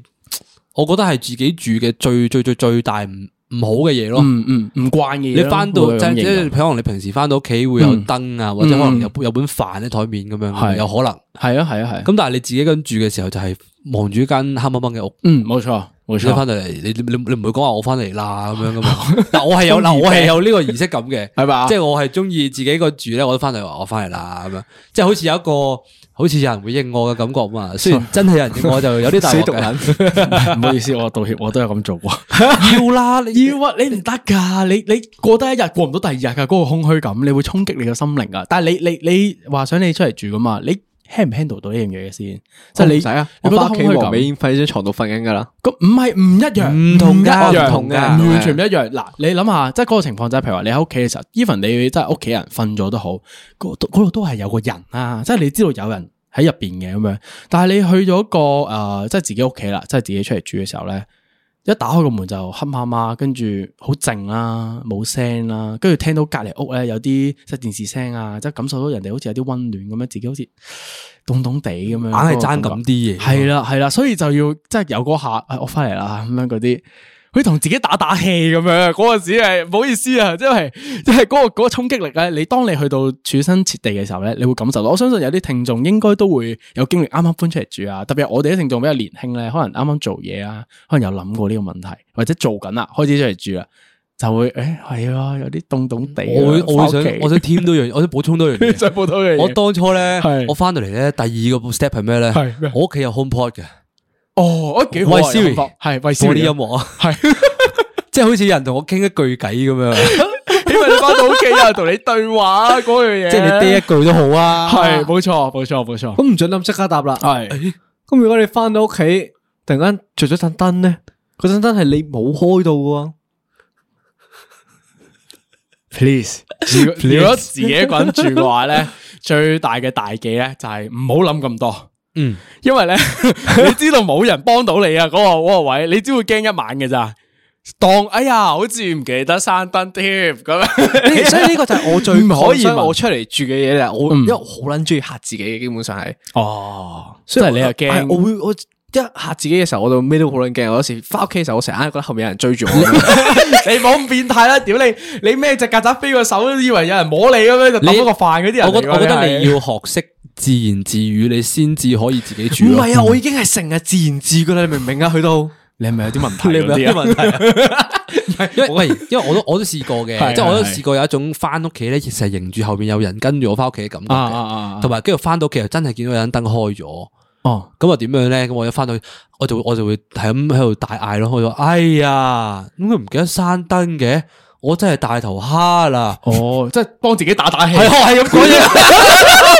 S3: 我覺得係自己住嘅最最最最大唔唔好嘅嘢咯。
S1: 嗯嗯，唔慣嘅嘢
S3: 你
S1: 咯。
S3: 翻到
S1: 會咁
S3: 即即
S1: 形容
S3: 係可能你平時翻到屋企會有
S1: 嗯
S3: 燈啊，或者可能有有本飯喺台面咁樣，
S1: 係
S3: 有可能。
S1: 係啊係啊係啊。
S3: 咁但係你自己跟住嘅時候就係望住一間黑掹掹嘅屋。
S1: 嗯，冇錯冇
S3: 你翻
S1: 錯，
S3: 到嚟，你你你唔會講話我翻嚟啦咁樣噶嘛？ 但我係有嗱，我係有呢個儀式感嘅，
S1: 係嘛
S3: 即係我係中意自己個住咧，我都翻嚟話我翻嚟啦咁樣，即係好似有一個好似有人會應我嘅感覺嘛。雖 然真係有人應我，就有啲大鑊嘅
S1: 唔好意思，我道歉，我都有咁做過。
S3: 要啦，你
S1: 要啊，你唔得噶，你你过得一日過唔到第二日噶，嗰、個空虛感，你會衝擊你個心靈噶。但係你你你話想你出嚟住噶嘛，你 handle 唔 handle 到呢樣嘢先？即係
S2: 我
S1: 你
S2: 唔使啊，我
S1: 你覺得
S2: 翻屋
S1: 空
S2: 企
S1: 虛
S2: 黃美
S1: 感
S2: 英輝張床度瞓緊㗎啦。
S1: 咁唔係唔一樣，
S3: 唔同㗎
S1: 一樣
S2: 唔同㗎
S1: 完全唔一樣。嗱，你諗下，即係嗰個情況就係，譬如話你喺屋企嘅時候，even 你真係屋企人瞓咗都好，嗰度嗰度都係有個人啊，即係你知道有人喺入邊嘅咁樣。但係你去咗個誒、呃即係自己屋企啦，即係自己出嚟住嘅時候咧。一打開個門就黑麻麻，跟住好靜啦，冇聲啦，跟住聽到隔離屋咧有啲即係電視聲啊，即係感受到人哋好似有啲温暖咁樣，自己好似凍凍地咁樣，硬
S3: 硬係爭咁啲嘢。
S1: 系啦，系啦，所以就要即系有嗰下，哎我翻嚟啦咁样嗰啲，佢同自己打打氣咁樣。嗰阵时系唔好意思啊，即係即係嗰個嗰、個衝擊力咧。你當你去到處身設地嘅時候咧，你會感受到。我相信有啲聽眾應該都會有經歷，啱啱搬出嚟住啊。特別係我哋啲聽眾比較年輕咧，可能啱啱做嘢啊，可能有諗過呢個問題，或者做緊啦，開始出嚟住啦，就會诶係啊，有啲凍凍地啊。
S3: 我會我會想
S1: 返屋企
S3: 我想添多樣，我想補充多樣嘢。
S1: 想報到嘅嘢。
S3: 我當初咧
S1: 係，
S3: 我翻到嚟咧，第二個 step 係咩咧
S1: 係咩？
S3: 我屋企有 HomePod 嘅
S1: 哦，我幾好啊
S3: 喂，Siri
S1: 係喂
S3: 播啲
S1: Siri
S3: 音
S1: 啊
S3: 樂啊，
S1: 係。
S3: 即係好似有人同我傾一句偈咁 樣，
S1: 因为你翻到屋企有人同你对话嗰样嘢，
S3: 即係你嗲一句都好啊。
S1: 系冇错冇错冇错，
S2: 咁唔准諗即刻答啦。
S1: 系
S2: 咁如果你翻到屋企，突然間着咗盞燈咧，嗰盞燈係你冇開到嘅
S1: please 如果如果自己一个人住嘅话咧， 最大嘅大忌咧就系唔好谂咁多。
S3: 嗯，
S1: 因 为咧，你知道冇人帮到你啊，嗰、個个、嗰个位，你只会惊一晚嘅咋。当哎呀，好似唔记得闩灯添咁樣。
S2: 喎。所以呢個就係我最
S1: 唔可以
S2: concern
S1: 問
S2: 我出嚟住嘅嘢啦。我
S1: 嗯
S2: 因為我好撚中意嚇自己嘅，基本上係。
S1: 哦，即系你又
S2: 係
S1: 惊
S2: 我會我一嚇自己嘅時候，我就咩都好撚驚。我有時翻屋企嘅時候，我成日覺得後面有人追住我 咁樣。
S1: 你冇咁變態啦！屌你，你咩只曱甴飛個手都以為有人摸你咁樣就抌咗個飯嗰啲人嚟㗎。
S3: 我覺我覺得你
S2: 啊
S1: 係
S3: 要學識自言自語，你先至可以自己住
S2: 唔
S3: 咯。
S2: 係啊，我已經係成日自言自語啦，你明唔明啊？去到。
S1: 你係咪有啲問 題
S3: 你
S1: 嗰
S3: 咪
S1: 啲
S3: 有
S1: 啊？
S3: 啲問題啊？因為喂，因為我都我都試過
S1: 係
S3: 嘅，即係我都
S1: 係
S3: 試過有一種翻屋企咧，其實係迎住後面有人跟住我翻屋企嘅感覺嘅，
S1: 啊
S3: 同埋跟住翻到屋企又真係見到有盞燈開咗。
S1: 哦，
S3: 咁啊點樣咧？咁我一翻到去，我就我就會係咁喺度大嗌咯。我就話：哎呀，點解唔記得閂燈嘅？我真係大頭蝦 啦！
S1: 哦，即係幫自己打打氣。
S3: 係我係咁講嘢。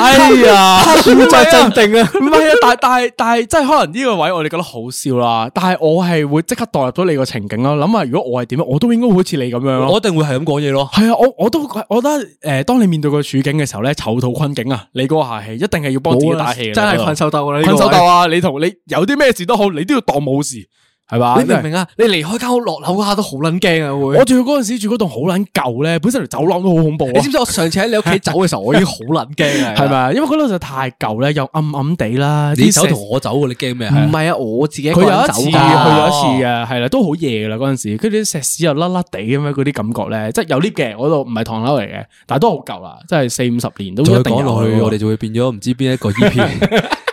S3: 哎呀，
S1: 真
S2: 鎮定啊！
S1: 唔係啊，但但係但係，即係可能呢個位我哋覺得好笑啦，但係我係會即刻代入到你個情景咯。諗下如果我係點樣，我都應該會好似你咁樣
S3: 我
S1: 咯。
S3: 一定會係咁講嘢咯。
S1: 係啊，我我都我覺得诶，当你面對個處境嘅時候咧，囚徒困境啊，你嗰下係一定係要幫自己打氣嘅，
S2: 啊真係
S1: 我覺得
S2: 困獸鬥啦！呢個
S1: 困手
S2: 位
S1: 鬥啊！你同你有啲咩事都好，你都要當冇事，係嘛？
S2: 你明唔明啊？你離開間屋落樓嗰下都好撚驚啊！ 會
S1: 我仲要嗰阵时住嗰棟好撚舊咧，本身條走廊都好恐怖
S2: 你
S1: 啊
S2: 知唔！知我上次喺你屋企走嘅時候，我已經好撚驚啊！
S1: 係咪啊？因為嗰度就太舊咧，又暗暗地啦，
S3: 你
S1: 啲
S3: 走
S1: 石
S3: 同我走㗎，你驚咩？
S2: 唔係啊，我自己一
S1: 佢
S2: 個
S1: 有
S2: 人
S1: 一
S2: 走
S1: 次去
S2: 㗎
S1: 咗一次嘅，係啦，都好夜噶啦嗰阵时，跟住啲石屎又甩甩地咁樣嗰啲感覺咧，即係有 lift 嘅，嗰度唔係唐樓嚟嘅，但係都好舊啦，即係四五十年都一
S3: 再
S1: 定
S3: 講落去，
S1: 有啊
S3: 我哋就會變咗唔知邊一個 EP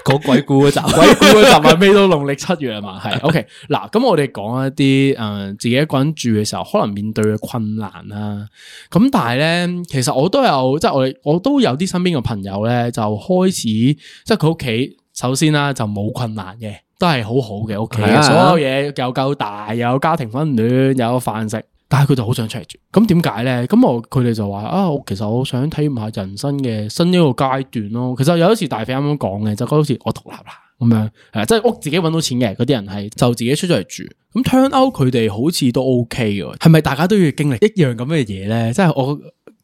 S3: 講鬼故嗰集。
S1: 鬼故嗰集啊，未到農曆七月 啊嘛，係 OK 嗱，咁我哋講一啲诶、呃自己一個人住嘅時候可能面對嘅困難啦，咁但係咧，其實我都有即係我哋我都有啲身邊嘅朋友咧，就開始即係佢屋企首先啦就冇困難嘅，都係好好嘅屋企，
S2: 係啊
S1: 所有嘢又夠大，又有家庭温暖，又有飯食。但係佢就好想出嚟住，咁點解咧？咁我佢哋就話啊，我其實我想體驗下人生嘅新一個階段咯。其實有一次大肥啱啱講嘅，就覺得好似我獨立啦咁樣，係即係屋自己揾到錢嘅嗰啲人係就自己出咗嚟住。咁 turn out 佢哋好似都 OK 嘅喎，係咪大家都要經歷一樣咁嘅嘢咧？即係我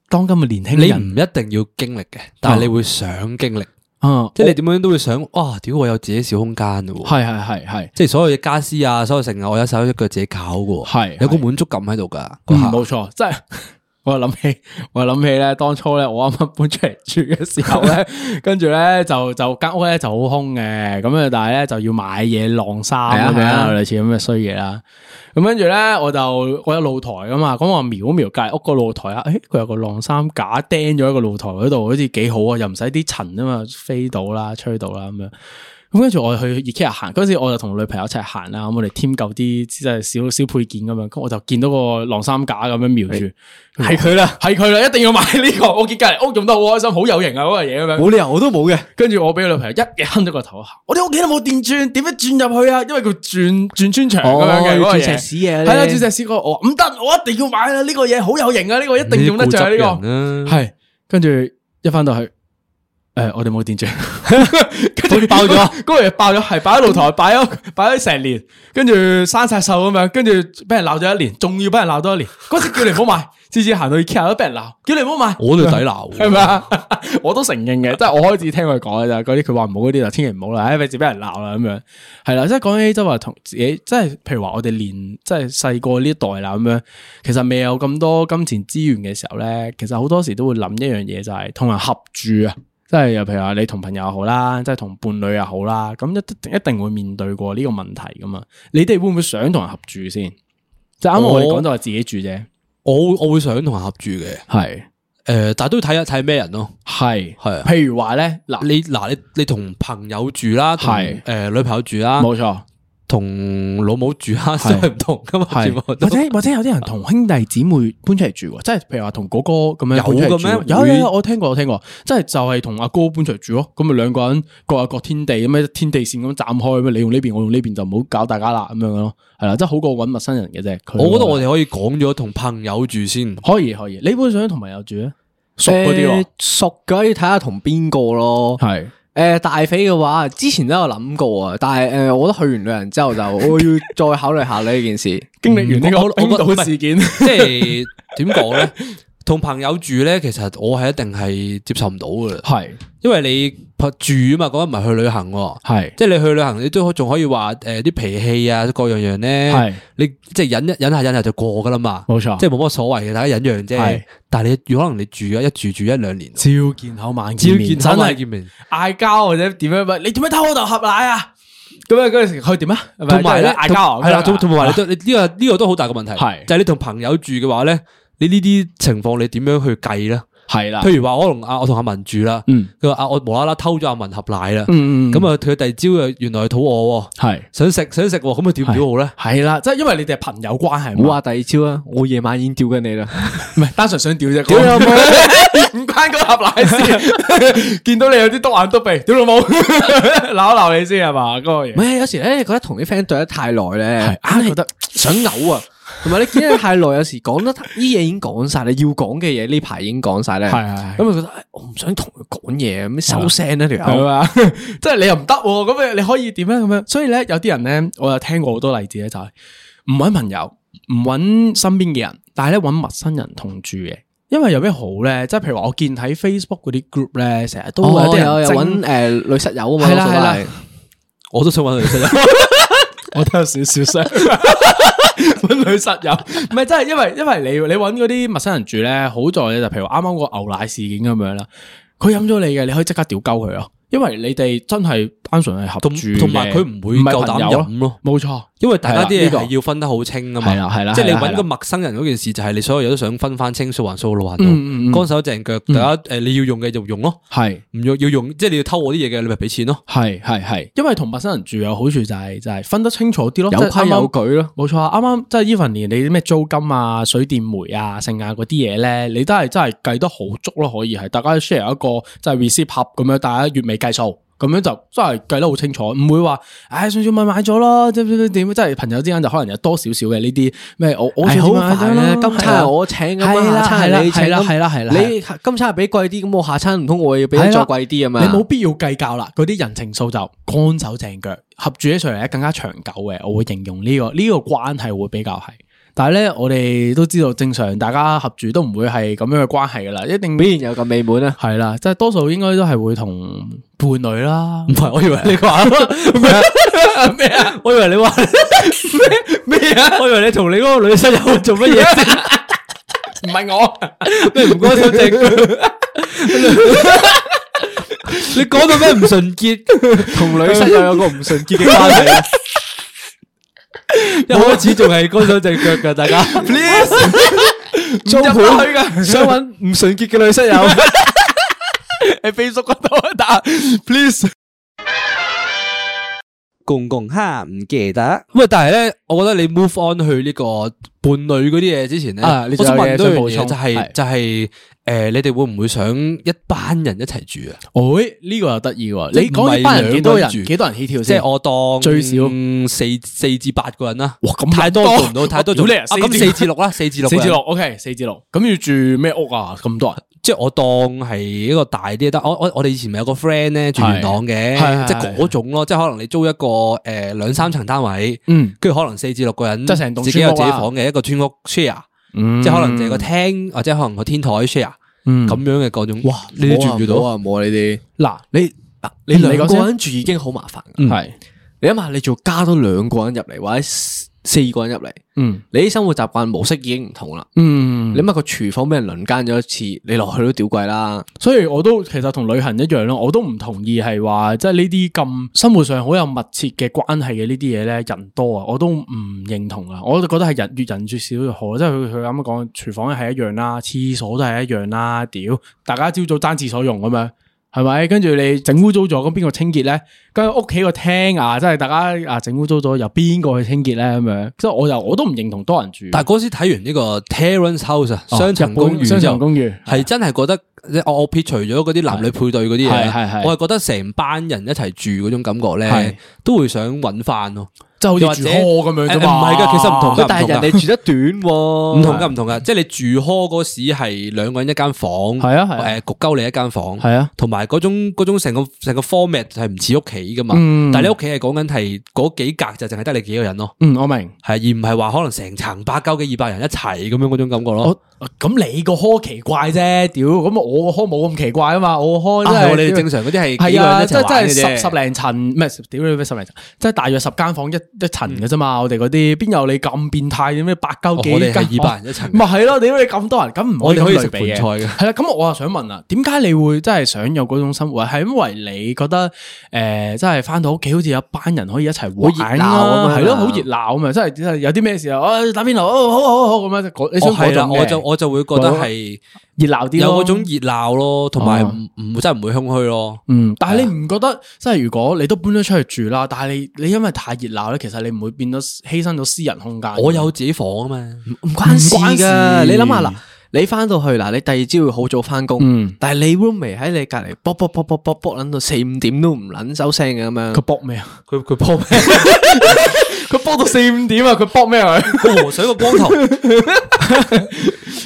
S1: 當今嘅年輕
S3: 你
S1: 人
S3: 唔一定要經歷嘅，但係你會想經歷。
S1: 啊，
S3: 即系你点样都会想，哇！屌，我有自己小空间嘅，
S1: 系系系系。
S3: 即系所有嘅家私啊，所有成啊，我一手一腳自己搞嘅喎，
S1: 係
S3: 有個滿足感喺度噶。
S1: 嗯
S3: 嗰下
S1: 冇錯，即係 我又諗起，我又諗起咧，當初咧我啱啱搬出嚟住嘅時 候咧，跟住咧就就間屋咧就好空嘅，咁啊，但係咧就要買嘢晾衫咁
S2: 係
S1: 樣
S2: 啊
S1: 啦，類似咁嘅衰嘢啦。咁跟住咧，我就我有露台噶嘛，咁我瞄一瞄隔離屋個露台啊，誒佢有個晾衫架釘咗喺個露台嗰度，好似幾好啊，又唔使啲塵啊嘛飛到啦、吹到啦咁樣。咁跟住我去 IKEA 行，嗰陣時我就同女朋友一齊行啦，咁我哋添購啲即係小小配件咁樣，咁我就見到個晾衫架咁樣瞄住，係佢啦，係佢啦，一定要買呢、個。我見隔離屋用得好開心，好有型啊嗰樣嘢 咁樣。
S2: 冇理由我都冇嘅。
S1: 跟住我俾個女朋友一嘢哼咗個頭，我哋屋企都冇電鑽，點樣轉入去啊？因為佢轉轉穿牆咁樣
S2: 哦
S1: 嘅嗰個
S2: 鑽石
S1: 嘢。
S2: 屎嘢
S1: 係啦，鑽石屎嗰個我話唔得，我一定要買啊！呢個嘢好有型啊！呢個一定用得着啊！呢個。
S3: 呢
S1: 系，跟住一翻到去，诶、我哋冇電 鑽，跟住
S3: 好似爆咗，
S1: 嗰個嘢爆咗，係擺喺露台，擺咗擺咗成年，跟住生晒鏽咁樣，跟住俾人鬧咗一年，仲要俾人鬧多一年。嗰時叫你唔好買，次次行到 IKEA 都俾人鬧，叫你唔好買，
S3: 我都抵鬧喎
S1: 係咪啊？我都承認 嘅，即係我開始聽佢講嘅咋，嗰啲佢話唔好嗰啲就千祈唔好啦，唉，費事俾人鬧啦咁樣。係啦，即係講起即係話同自己，即係譬如話我哋年即係細個呢一代啦咁樣，其實未有咁多金錢資源嘅時候咧，其實好多時都會諗一樣嘢就係同人合住啊。即係又譬如話你同朋友又好啦，即係同伴侶又好啦，咁一定一定會面對過呢個問題噶嘛。你哋會唔會想同人合住先？就啱啱我哋講
S3: 我
S1: 就係自己住啫，
S3: 我我會想同人合住嘅，
S1: 係
S3: 诶，但係都要睇一睇咩人咯。
S1: 係
S3: 係啊
S1: 譬如話咧，嗱，
S3: 你嗱，你你同朋友住啦，同
S1: 係
S3: 诶女朋友住啦，
S1: 冇錯。
S3: 同老母住啦，
S1: 係
S3: 真係唔同噶嘛，
S1: 系
S3: 全
S1: 或
S3: 部都
S1: 者或者有啲人同兄弟姊妹搬出嚟住喎，即係譬如話同哥哥咁樣
S3: 有
S1: 搬出
S3: 嘅
S1: 嚟
S3: 咩
S1: 住喎有有有，
S3: 會
S1: 我聽過我聽過，即係就係同阿哥搬出嚟住咯，咁咪兩個人各有各天地咁樣天地線咁斬開，咁你用呢邊我用呢邊就唔好搞大家啦咁樣咯，係啦，即係好過揾陌生人嘅啫。佢
S3: 我覺得我
S1: 哋
S3: 哋可以講咗同朋友住 先。
S1: 可以可以，你本想同朋友住咧，熟嗰啲
S2: 誒
S1: 喎，
S2: 熟嘅要睇下同邊個咯。
S1: 係
S2: 诶、大肥嘅話，之前都有諗過啊，但係诶、誒我覺得去完旅行之後就我要再考慮下呢件事。
S1: 經歷完呢
S3: 我
S1: 個
S3: 我
S1: 冰島事件，
S3: 即係點講咧？同朋友住咧，其實我係一定係接受唔到噶啦，
S1: 係
S3: 因為你住啊嘛，嗰日唔係去旅行喎。
S1: 係
S3: 即係你去旅行，你都可仲可以話诶啲脾氣啊，各樣樣
S1: 係
S3: 咧，你即係忍一忍下忍下就過噶啦嘛，
S1: 冇錯
S3: 即係冇乜所謂嘅，大家忍讓
S1: 係
S3: 啫。但係你可能你住啊，一住住一兩年，朝
S1: 朝見啊口晚
S3: 見真係
S1: 係
S3: 見面，
S1: 嗌交或者點樣？喂，你點樣偷我豆盒奶啊？咁樣嗰陣時佢點啊？係咪
S3: 同埋
S1: 即
S3: 咧
S1: 係嗌交啊
S3: 係啦，
S1: 咁樣
S3: 同
S1: 啊
S3: 同埋你都你呢個呢個都好大個問題，
S1: 係
S3: 就係你同朋友住嘅話咧，你呢啲情況你點樣去計咧？
S1: 係啦，
S3: 譬如話我同阿我同阿文住啦，
S1: 啊嗯
S3: 佢話啊我無啦啦偷咗阿文盒奶啦，
S1: 嗯
S3: 咁啊佢第二朝又原來肚餓喎，
S1: 係
S3: 想食想食喎，咁佢點屌好咧？
S1: 係啦，即係因為你哋係朋友關係
S2: 唔好
S1: 嘛，
S2: 話第二朝啊，我夜晚已經屌緊你啦。
S1: 唔係單純想屌啫，
S2: 屌你老母
S1: 唔關嗰盒 奶事。見到你有啲篤眼篤鼻，屌老母，鬧一鬧你先係嘛？嗰個
S2: 唔
S1: 嘢
S2: 係有時咧，你覺得同啲 friend 對得太耐咧，
S1: 係
S2: 硬係覺得想嘔啊。同埋你見得太耐，有時講得啲嘢已經講晒，你要講嘅嘢呢排已經講晒咧。
S1: 係係係
S2: 咁咪覺得哎唉我唔想同佢講嘢，咁收聲啦條
S1: 係
S2: 友。
S1: 嘛？即係你又唔得喎，咁你你可以點咧？咁樣，所以咧有啲人咧，我有聽過好多例子咧，就係唔揾朋友，唔揾身邊嘅人，但係咧揾陌生人同住嘅。因為有咩好咧？即係譬如話，我見喺 Facebook 嗰啲 group 咧，成日都 會有啲
S2: 哦，
S1: 人
S2: 有有
S1: 整
S2: 揾诶女室友啊嘛，
S1: 係啦
S2: 多數都係
S1: 係啦
S3: 我都想揾佢食 啊，
S1: 我都有少少想揾女室友，唔係真係因為因為你你揾嗰啲陌生人住咧，好在咧就譬如啱啱個牛奶事件咁樣啦，佢飲咗你嘅，你可以即刻屌鳩佢咯，因為你哋真係單純係合
S3: 同
S1: 住
S3: 同埋佢唔會
S1: 係
S3: 夠
S1: 朋
S3: 膽
S1: 友咯
S3: 飲咯，
S1: 冇錯，
S3: 因為大家啲
S1: 係啦呢
S3: 嘢
S1: 個
S3: 係要分得好清啊嘛，
S1: 係啦係啦
S3: 即係你
S1: 係啦
S3: 揾
S1: 係啦
S3: 個陌生人嗰件事就係你所有嘢都想分翻清，數還數，路還
S1: 嗯嗯嗯
S3: 路，乾手淨腳，大家誒你要用嘅就用咯，
S1: 係。
S3: 唔用要用即係你要偷我啲嘢嘅，你咪俾錢咯。
S1: 系系系，因為同陌生人住有好處就係就係分得清楚啲咯，
S2: 有
S1: 即係啱
S2: 規
S1: 啱
S2: 有矩咯。
S1: 冇錯啊！啱啱即係 even 連你啲咩租金啊、水電煤啊、剩啊嗰啲嘢咧，你都係真係計得好足咯，可以係大家 share 一個即係 receipt 盒咁樣，大家月尾計數。咁樣就真係計得好清楚，唔會話，唉，算算咪買咗咯，即係點，即係朋友之間就可能有多少少嘅呢啲咩，我我
S2: 唉
S1: 算
S2: 好
S1: 算買咗
S2: 煩啊！
S1: 咯
S2: 今餐係我請咁
S1: 係
S2: 啊，
S1: 啦
S2: 下餐係你請
S1: 係啦
S2: 咁
S1: 係啦係啦係啦
S2: 你今餐係俾貴啲，咁我下餐唔通我要俾
S1: 係
S2: 得
S1: 啦
S2: 再貴啲啊嘛？
S1: 你冇必要計較啦，嗰啲人情數就乾手淨腳，合住起上嚟咧更加長久嘅。我會形容呢、個呢、個關係會比較係。但系咧，我哋都知道正常大家合住都唔會係咁樣嘅關係噶啦，一定
S2: 必然有咁美滿啊！
S1: 係啦，即係多數應該都係會同伴侶啦
S3: 唔。係，我以為你話咩啊？我以為你話咩咩啊？我以為你同你嗰個女室友做乜嘢先？
S1: 唔係我，
S3: 咩唔該手正？你講到咩唔純潔？
S2: 同女室友有個唔純潔嘅關係啊，
S3: 一開始仲係乾手淨腳噶，大家 please
S2: 租
S3: 入去
S2: 盤
S3: 㗎
S2: 想揾唔純潔嘅女室友，
S1: 喺 Facebook 嗰度打 please。
S3: 公公哈唔記得。喂，但係咧，我覺得你 move on 去呢個伴侶嗰啲嘢之前咧，
S2: 啊你仲
S3: 我
S2: 有
S3: 想問
S2: 嘢
S3: 多樣嘢，
S2: 想補充
S3: 就係
S2: 係
S3: 就係诶，誒你哋會唔會想一班人一齊住啊？
S1: 喂，哦呢個又得意喎！
S3: 即係
S1: 你講呢班人幾
S3: 唔係兩
S1: 多人？
S3: 個人住
S1: 幾多人起跳
S3: 即
S1: 先？
S3: 係我當
S1: 最少
S3: 四四至八個人啦。
S1: 哇咁
S3: 太多
S1: 多
S3: 做唔到，太多做
S1: 我
S3: 唔
S1: 屌
S3: 到
S1: 你啊
S3: 啊
S1: 四
S3: 咁
S1: 至
S3: 四至六啦，四至六，
S1: 四至六。，OK，四至六。咁要住咩屋啊？咁多人？
S3: 即係我當係一個大啲得，我我我哋以前咪有個 friend 咧住元朗嘅，
S1: 係係
S3: 即係嗰種咯，即係可能你租一個誒兩三層單位，
S1: 嗯
S3: 跟住可能四至六個人，
S1: 即係成棟
S3: 自己有自己
S1: 村屋啊
S3: 房嘅一個村屋 share，
S1: 嗯
S3: 即係可能就係個廳或者可能個天台 share
S1: 嗯
S3: 咁樣嘅嗰種。哇！你
S2: 你
S3: 哋
S2: 住
S3: 住
S2: 唔
S3: 唔
S2: 住
S3: 住
S2: 到
S3: 到？
S2: 啊？冇啊你哋，
S1: 嗱，
S2: 你嗱你
S1: 嗯你
S2: 兩
S1: 講先
S2: 個人住已經好麻煩㗎。
S1: 嗯係
S2: 你諗下，你仲加多兩個人入嚟，或者四四個人入嚟，
S1: 嗯
S2: 你啲生活習慣模式已經唔同啦。
S1: 嗯
S2: 你諗下個廚房俾人輪奸咗一次，你落去都屌貴啦。
S1: 所以我都其實同旅行一樣咯，我都唔同意係話即係呢啲咁生活上好有密切嘅關係嘅呢啲嘢咧，人多啊，我都唔認同啊，我就覺得係人越人越少越好，即係佢佢啱啱講廚房係一樣啦，廁所都係一樣啦，屌，大家朝早爭廁所用咁樣。係咪？跟住你整污糟咗，咁邊個清潔咧？跟住屋企個廳啊，即係大家啊整污糟咗，由邊個去清潔咧？咁樣，即係我又我都唔認同多人住。
S3: 但係嗰時睇完呢個 Terrace House 啊，
S1: 哦
S3: 雙層
S1: 日本
S3: 公寓
S1: 雙
S3: 之
S1: 層
S3: 後。
S1: 公寓
S3: 係真係覺得，即係我我撇除咗嗰啲男女配對嗰啲
S1: 係係
S3: 嘢
S1: 係
S3: 咧，我係覺得成班人一齊住嗰種感覺
S1: 係
S3: 咧，都會想揾翻咯。
S1: 就好
S3: 又或
S1: 似
S3: 者
S1: 住 hall 咁樣啫
S3: 誒唔
S1: 嘛。
S3: 係㗎其實唔同㗎
S2: 但係人哋住得短喎，
S3: 唔同噶，唔同噶，即係你住科嗰時係兩個人一間房，
S1: 係啊係啊
S3: 誒焗鳩你一間房，
S1: 係啊，
S3: 同埋嗰種嗰種成個成個 format 係唔似屋企噶嘛，
S1: 嗯
S3: 但係你屋企係講緊係嗰幾格就淨係得你幾個人咯，
S1: 嗯，我明。
S3: 係而唔係話可能成層百鳩嘅二百人一齊咁樣嗰種感覺咯。
S1: 我啊咁你個科奇怪啫，屌！咁我個科冇咁奇怪啊嘛，我個科
S3: 啊係喎
S1: 真
S3: 你
S1: 係
S3: 哋正常嗰啲係幾
S1: 係
S3: 個人
S1: 啊，
S3: 一
S1: 即
S3: 齊
S1: 係
S3: 玩嘅
S1: 真係
S3: 啫
S1: 十十零層，唔係屌你咩十零層，即係大約十間房一一層嘅啫嘛。我哋嗰啲邊有你咁變態嘅咩？百
S3: 嗯
S1: 鳩
S3: 哦我
S1: 幾
S3: 哋係
S1: 間
S3: 二百人一層嘅
S1: 咪係咯？屌你咁多人，咁唔
S3: 我哋可以
S1: 咁
S3: 食
S1: 類比嘅
S3: 盤菜嘅
S1: 係啦，咁我又想問啦，點解你會真係想有嗰種生活？係因為你覺得誒，真係翻到屋企好似有一班人可以一齊玩
S2: 好熱鬧咁樣
S1: 啊，
S2: 啊
S1: 係咯，好熱鬧啊嘛！真係真係有啲咩事啊？啊打邊爐，哦好好好咁樣，嗰你想
S3: 哦係啦，
S1: 嗰種
S3: 我就
S1: 嘅
S3: 我就會覺得係
S1: 熱鬧啲咯
S3: 有嗰種熱鬧咯，同埋
S1: 哦
S3: 唔唔真係唔會空虛咯。
S1: 嗯，但系你唔覺得，即係如果你都搬咗出去住啦，但係你你因為太熱鬧咧，其實你唔會變咗犧牲咗私人空間。
S3: 我有自己房啊嘛，
S2: 唔關事
S1: 唔關
S2: 噶。
S1: 事
S2: 你諗下嗱，你翻到去嗱，你第二朝會好早翻工
S1: 嗯，
S2: 但係你 roommate 喺你隔離卜卜卜卜卜卜撚到四五點都唔撚收聲嘅咁樣
S1: 佢。搏咩啊？
S3: 佢佢幫咩？
S1: 佢搏到四五點啊！佢搏咩啊？
S3: 個河水個光頭。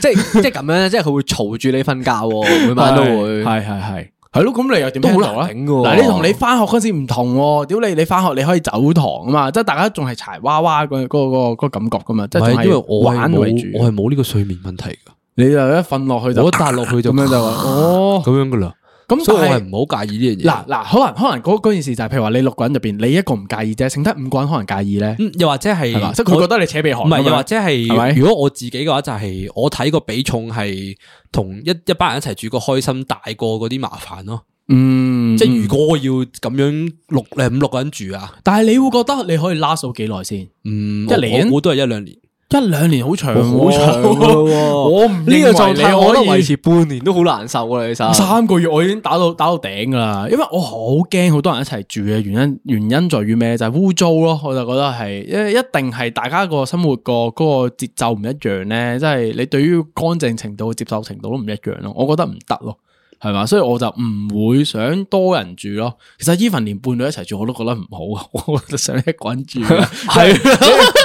S2: 即係即係咁樣咧，即係佢會嘈住你瞓覺喎，每晚都會。
S1: 係係係係咯，咁你又點
S2: 都好
S1: handle
S2: 難
S1: 咧
S2: 頂㗎喎
S1: 嗱，你同你翻學嗰時唔同喎，屌你你翻學你可以走堂啊嘛，即係大家仲係柴娃娃嗰嗰嗰嗰感覺噶嘛，即
S3: 唔
S1: 係
S3: 係，因為
S1: 仲係
S3: 我係
S1: 玩為主
S3: 冇，。我係冇呢個睡眠問題噶，
S1: 你就一瞓落去就
S3: 我一笪落去 就
S1: 咁樣就話 哦，
S3: 咁樣噶啦。
S1: 咁
S3: 所以我
S1: 但係
S3: 係唔好介意呢樣嘢。
S1: 嗱，嗱，可能可能嗰嗰件事就係譬如話你六個人入邊，你一個唔介意啫，剩低五個人可能介意咧，
S3: 嗯又或者
S1: 係嘛？
S3: 係，
S1: 即係佢覺
S3: 我
S1: 得你扯鼻鼾咁樣，啊
S3: 唔係，又或者
S1: 係咪
S3: 係，如果我自己嘅話，就係我睇個比重係同一一班人一齊住個開心大過嗰啲麻煩咯。
S1: 嗯，
S3: 即
S1: 嗯
S3: 係如果我要咁樣六誒五六個人住啊，
S1: 但係你會覺得你可以 last 到幾耐先？
S3: 嗯，
S1: 一年
S3: 我我都係一兩年。
S1: 一兩年好長喎，
S2: 好長㗎咯喎
S1: 我唔
S2: 呢個
S1: 個
S2: 狀態，我
S1: 我
S2: 覺得
S1: 可以
S2: 維持半年都好難受啊！其實
S1: 三個月，我已經打到打到頂噶啦。因為我好驚好多人一齊住嘅原因，原因在於咩？就係污糟咯。我就覺得係，因為一定係大家個生活個嗰個節奏唔一樣咧，即係你對於乾淨程度、接受程度都唔一樣咯。我覺得唔得咯。係嘛？所以我就唔會想多人住咯。其實 even 連伴侶一齊住我都覺得唔好，啊 我就想一個人住。啊 係，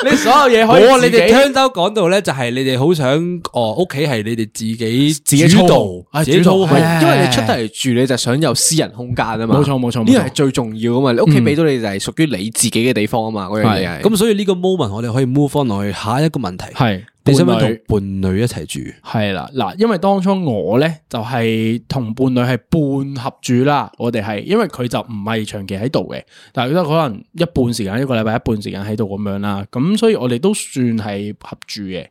S1: 你所有嘢可以
S3: 我啊你
S1: 自己
S3: 哋聽州講到咧，就係你哋好想哦，屋企係你哋自己
S1: 自己
S3: 主
S1: 操控
S3: 導，
S1: 啊
S3: 自己操
S1: 主導
S3: 控
S1: 係。
S2: 因為你出得嚟住，你就想有私人空間啊嘛。
S1: 冇錯冇錯冇錯
S2: 呢樣係最重要啊嘛。你屋企俾到你就係屬於你自己嘅地方啊
S1: 嗯
S2: 嘛。嗰樣嘢係
S3: 咁所以呢個 moment 我哋可以 move on 落去下一個問題。
S1: 係
S3: 你想唔想
S1: 伴
S3: 同
S1: 侶
S3: 伴侶一齊住？
S1: 係啦，嗱，因為當初我咧就係同伴侶係半合住啦，我哋係因為佢就唔係長期喺度嘅，但係佢都可能一半時間一個禮拜一半時間喺度咁樣啦，咁所以我哋都算係合住嘅，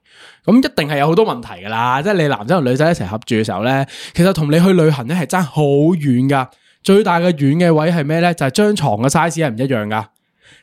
S1: 咁一定係有好多問題噶啦，即係你男仔同女仔一齊合住嘅時候咧，其實同你去旅行咧係爭好遠噶，最大嘅遠嘅位係咩咧？就係張床嘅 size 係唔一樣噶，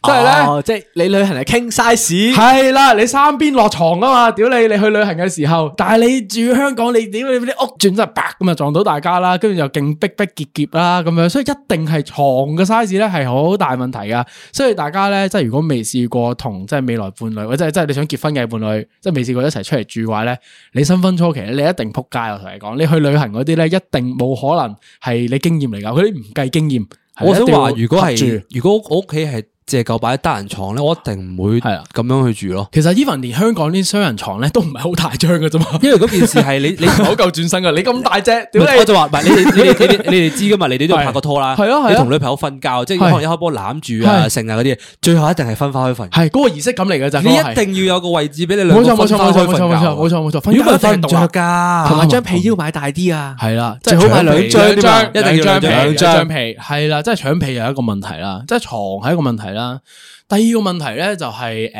S1: 即係咧。
S2: 哦即係你旅行係傾 size。
S1: 系啦，你三邊落床啊嘛，屌你！你去旅行嘅時候，但係你住香港，你屌你啲屋轉真係白咁啊，撞到大家啦，跟住又勁逼逼結結啦咁樣，所以一定係床嘅 size 咧係好大問題噶。所以大家咧，即係如果未試過同即係未來伴侶，或者係即係你想結婚嘅伴侶，即係未試過一齊出嚟住嘅話咧，你新婚初期咧，你一定撲街。我同你講，你去旅行嗰啲咧，一定冇可能係你經驗嚟㗎，佢啲唔計經驗。係
S3: 我想
S1: 一定要
S3: 話，如果
S1: 合住
S3: 係如果我屋企係借夠擺單人床咧，我一定唔會
S1: 係啊
S3: 咁樣去住咯。
S1: 其實 even 連香港啲雙人床咧都唔係好大張嘅啫嘛，
S3: 因為嗰件事 係你你
S1: 唔係好夠轉身噶，你咁大隻，屌
S3: 我
S1: 你！
S3: 就話唔係你哋你哋你哋你哋知噶嘛？你哋都有拍過拖啦，
S1: 係係啊係啊
S3: 你同女朋友瞓覺，即係可能一開波攬住啊、
S1: 係
S3: 剩啊嗰啲嘢，最後一定係分開去瞓。
S1: 係嗰個儀式感嚟嘅咋，
S3: 你
S1: 嗰個係
S3: 一定要有個位置俾你兩
S1: 冇
S3: 個
S1: 錯
S3: 分
S1: 冇錯
S3: 開
S1: 冇
S3: 去
S1: 錯
S3: 瞓覺
S1: 冇錯冇錯冇錯冇錯，
S3: 如果唔係
S1: 瞓覺
S3: 瞓
S1: 一定
S3: 唔
S1: 獨立
S3: 着噶，
S2: 同埋張被要買大啲啊。
S1: 係啦，
S2: 最好買兩張
S1: 兩張，
S2: 添
S3: 啊一定要兩張
S1: 兩
S3: 兩張
S1: 張被，係啦，即係搶被又係一個問題啦，即係床係一個問題啦。第二個問題咧就係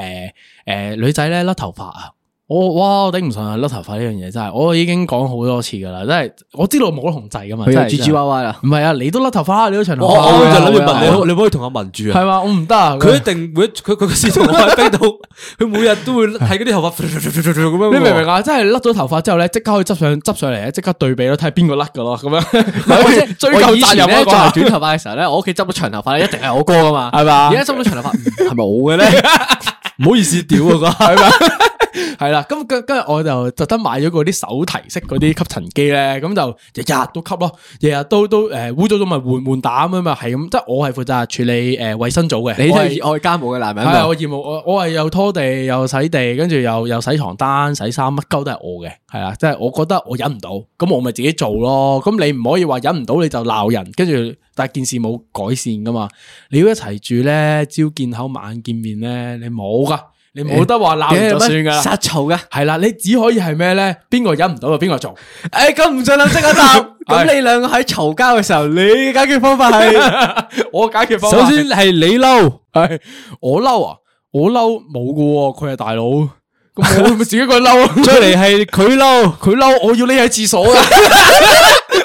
S1: 誒誒女仔咧甩頭髮啊。我哇，我頂唔順啊！甩頭髮呢樣嘢真係，我已經講好多次噶啦，真係我知道我冇得控制噶嘛。
S2: 佢
S1: 真
S2: 又
S1: 係
S2: G G
S1: 真係
S2: 娃娃啦。
S1: 唔係啊，你都甩頭髮啊，你都長頭
S3: 我
S1: 髮
S3: 我
S1: 啊。
S3: 我就諗
S2: 係
S3: 住
S2: 啊係啊
S3: 問你，你可唔可以同阿文住啊？
S1: 係嘛，我唔得啊。
S3: 佢一定會佢佢佢試同我喺冰島， 佢每日都會睇嗰啲頭髮咁樣。
S1: 你明唔明？啊？真係甩咗頭髮之後咧，即刻可以執上執上嚟咧，即刻對比咯，睇下邊個甩噶咯，咁樣即係追
S2: 我
S1: 究
S2: 以
S1: 責
S2: 前
S1: 任
S2: 咧
S1: 咧，
S2: 作為短頭髮嘅時 候咧，啊我屋企執咗長頭髮咧，一定係我哥噶嘛，
S1: 係嘛
S2: 而家執咗長頭髮嗯係咪我嘅咧？
S3: 唔好意思，屌啊！
S1: 係嘛？係啦，咁跟跟住我就特登買咗嗰啲手提式嗰啲吸塵機咧，咁就日日都吸咯，日日都都誒污糟咗咪換換膽咁嘛，係咁，即係我係負責處理誒衞生組嘅，
S2: 你都
S1: 我係
S2: 係愛啊家務嘅男人
S1: 係啊
S2: 喎
S1: 我業務，我我係又拖地又洗地，跟住又又洗床單、洗衫，乜鳩都係我嘅，係啊啦，即係我覺得我忍唔到，咁我咪自己做咯。咁你唔可以話忍唔到你就鬧人，跟住但係件事冇改善噶嘛。你要一齊住咧，朝見口晚見面咧，你冇噶，你冇得話鬧人就算噶啦。
S2: 殺嘈噶。
S1: 係啦，你只可以係咩咧？邊個忍唔到就邊個做。
S2: 诶，咁唔盡量即刻 答。咁你兩個喺嘈交嘅時候，你嘅解決方法係
S1: 我解決方法
S3: 首
S1: 係
S3: 先係你嬲，
S1: 係我嬲啊，我嬲冇噶喎，佢係大佬，咁 我咪自己個嬲啊。
S3: 再嚟係佢 嬲。
S1: 佢嬲，我要匿喺廁所啊！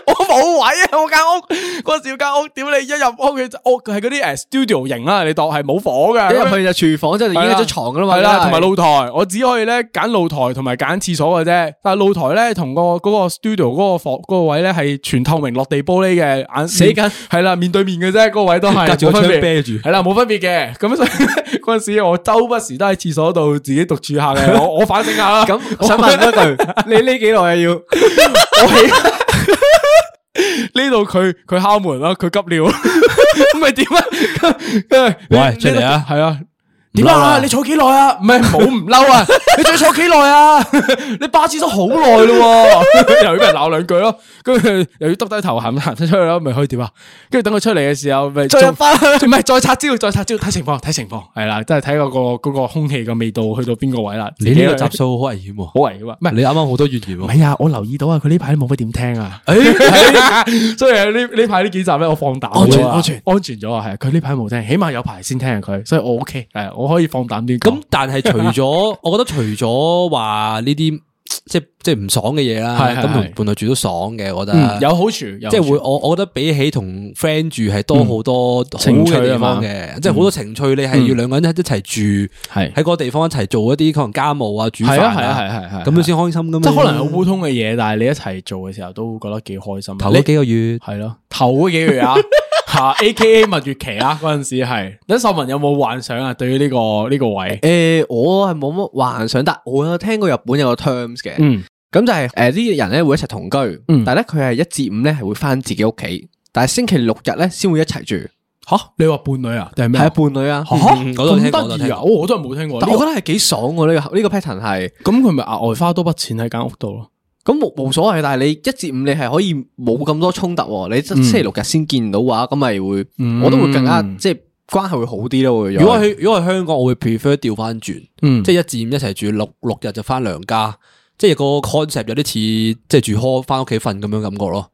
S1: 我冇位啊！我間屋嗰時間屋，屌你一入屋佢就屋係嗰啲诶 studio 型啦，你當係冇房噶。
S2: 一入去就廚房，之後就已經喺咗床噶啦嘛。
S1: 係啦，同埋
S2: 老
S1: 露台，我只可以咧揀露台同埋揀廁所嘅啫。但係露台咧同個嗰個 studio 嗰個房嗰個位咧係全透明落地玻璃嘅眼
S2: 死緊
S1: 係啦，面對面嘅啫，嗰個位都係
S3: 隔住個
S1: 冇分
S3: 窗
S1: 別
S3: 啤 住
S1: 係啦，冇分別嘅。咁所以 呢嗰陣時我周不時都喺廁所度自己獨處下嘅，我我反省下啦。
S2: 咁，想問一 句，你呢幾耐啊要？
S1: 呢度佢佢敲門啦，佢急尿， 咁咪點啊？
S3: 喂出嚟啊
S1: 系啊！
S3: 唔
S1: 點
S3: 嬲啦
S1: 啊？你坐幾耐啊？唔係冇唔嬲 啊！你仲要坐幾耐啊？ 你霸廁咗好耐咯喎， 又要俾人鬧兩句咯，跟住又要耷低頭行行出去咯，咪可以點啊？跟住等佢出嚟嘅時候，咪
S2: 再入返去
S1: 唔係再拆招，再拆招，睇情況，睇情況，係啦，真係睇嗰個嗰個空氣嘅味道去到邊個位啦。
S3: 你呢個
S1: 集
S3: 集數好危險喎，
S1: 好危險啊！唔係
S3: 你啱啱好多怨言
S1: 唔
S3: 喎。
S1: 係啊，我留意到啊，佢呢排都冇乜點聽啊。 哎所以呢呢排呢幾集咧，我放膽咗啊
S2: 安全安全
S1: 安全咗啊，係佢呢排冇聽，起碼有排先聽啊佢，所以我 OK，係啊我可以放膽啲講。
S3: 咁但係除咗， 我覺得除咗話呢啲即係即係唔爽嘅嘢啦，
S1: 係係
S3: 咁同
S1: 係
S3: 伴侶住都爽嘅，我覺
S1: 嗯
S3: 得
S1: 有好處，有好處嗯
S3: 即係會我我覺得比起同 friend 住係多好多好
S1: 情趣
S3: 嘅地
S1: 啊嘛嗯
S3: 方嘅，即係好多情趣你係要兩個人一齊住，
S1: 係啊
S3: 喺嗰個地方一齊做一啲可能家務啊、煮飯
S1: 係啊係啊係係係
S3: 咁樣先開心噶嘛。
S1: 即係可能有互通嘅嘢，但係你一齊做嘅時候都覺得幾開心。啊
S3: 頭
S1: 你
S3: 嗰幾個月
S1: 係咯，頭嗰幾個 月啊，吓 A K A 蜜月期啦，嗰陣時係。等秀文有冇幻想啊？對於呢個呢個位，
S2: 诶，我係冇乜幻想，但我有聽過日本有個 terms 嘅，
S1: 嗯，
S2: 咁就係诶呢啲人咧會一齊同居，
S1: 嗯
S2: 但係咧佢係一至五咧係會翻自己屋企，但係星期六日咧先會一齊住，
S1: 吓，你话伴侣啊？定系咩
S2: 係
S1: 啊？
S2: 啊伴侶啊。
S1: 吓，
S3: 嗯我都有聽過
S1: 咁得意啊！我我真系冇听过。
S2: 但我
S1: 呢
S2: 覺
S1: 個
S2: 得係幾爽喎呢個呢個 pattern 係，
S1: 咁佢咪额外花多笔钱喺间屋度咯？
S2: 咁冇冇所謂，但係你一至五你係可以冇咁多衝突喎，你星期六日先見到嘅話，咁咪會
S1: 嗯
S2: 我都會更加即係關係會好啲咯。會
S3: 如果去如果去香港，我會 prefer 調翻轉，
S1: 嗯
S3: 即係一至五一齊住，六六日就翻娘家，即係個 concept 有啲似即係住 hall 翻屋企瞓咁樣感覺 咯。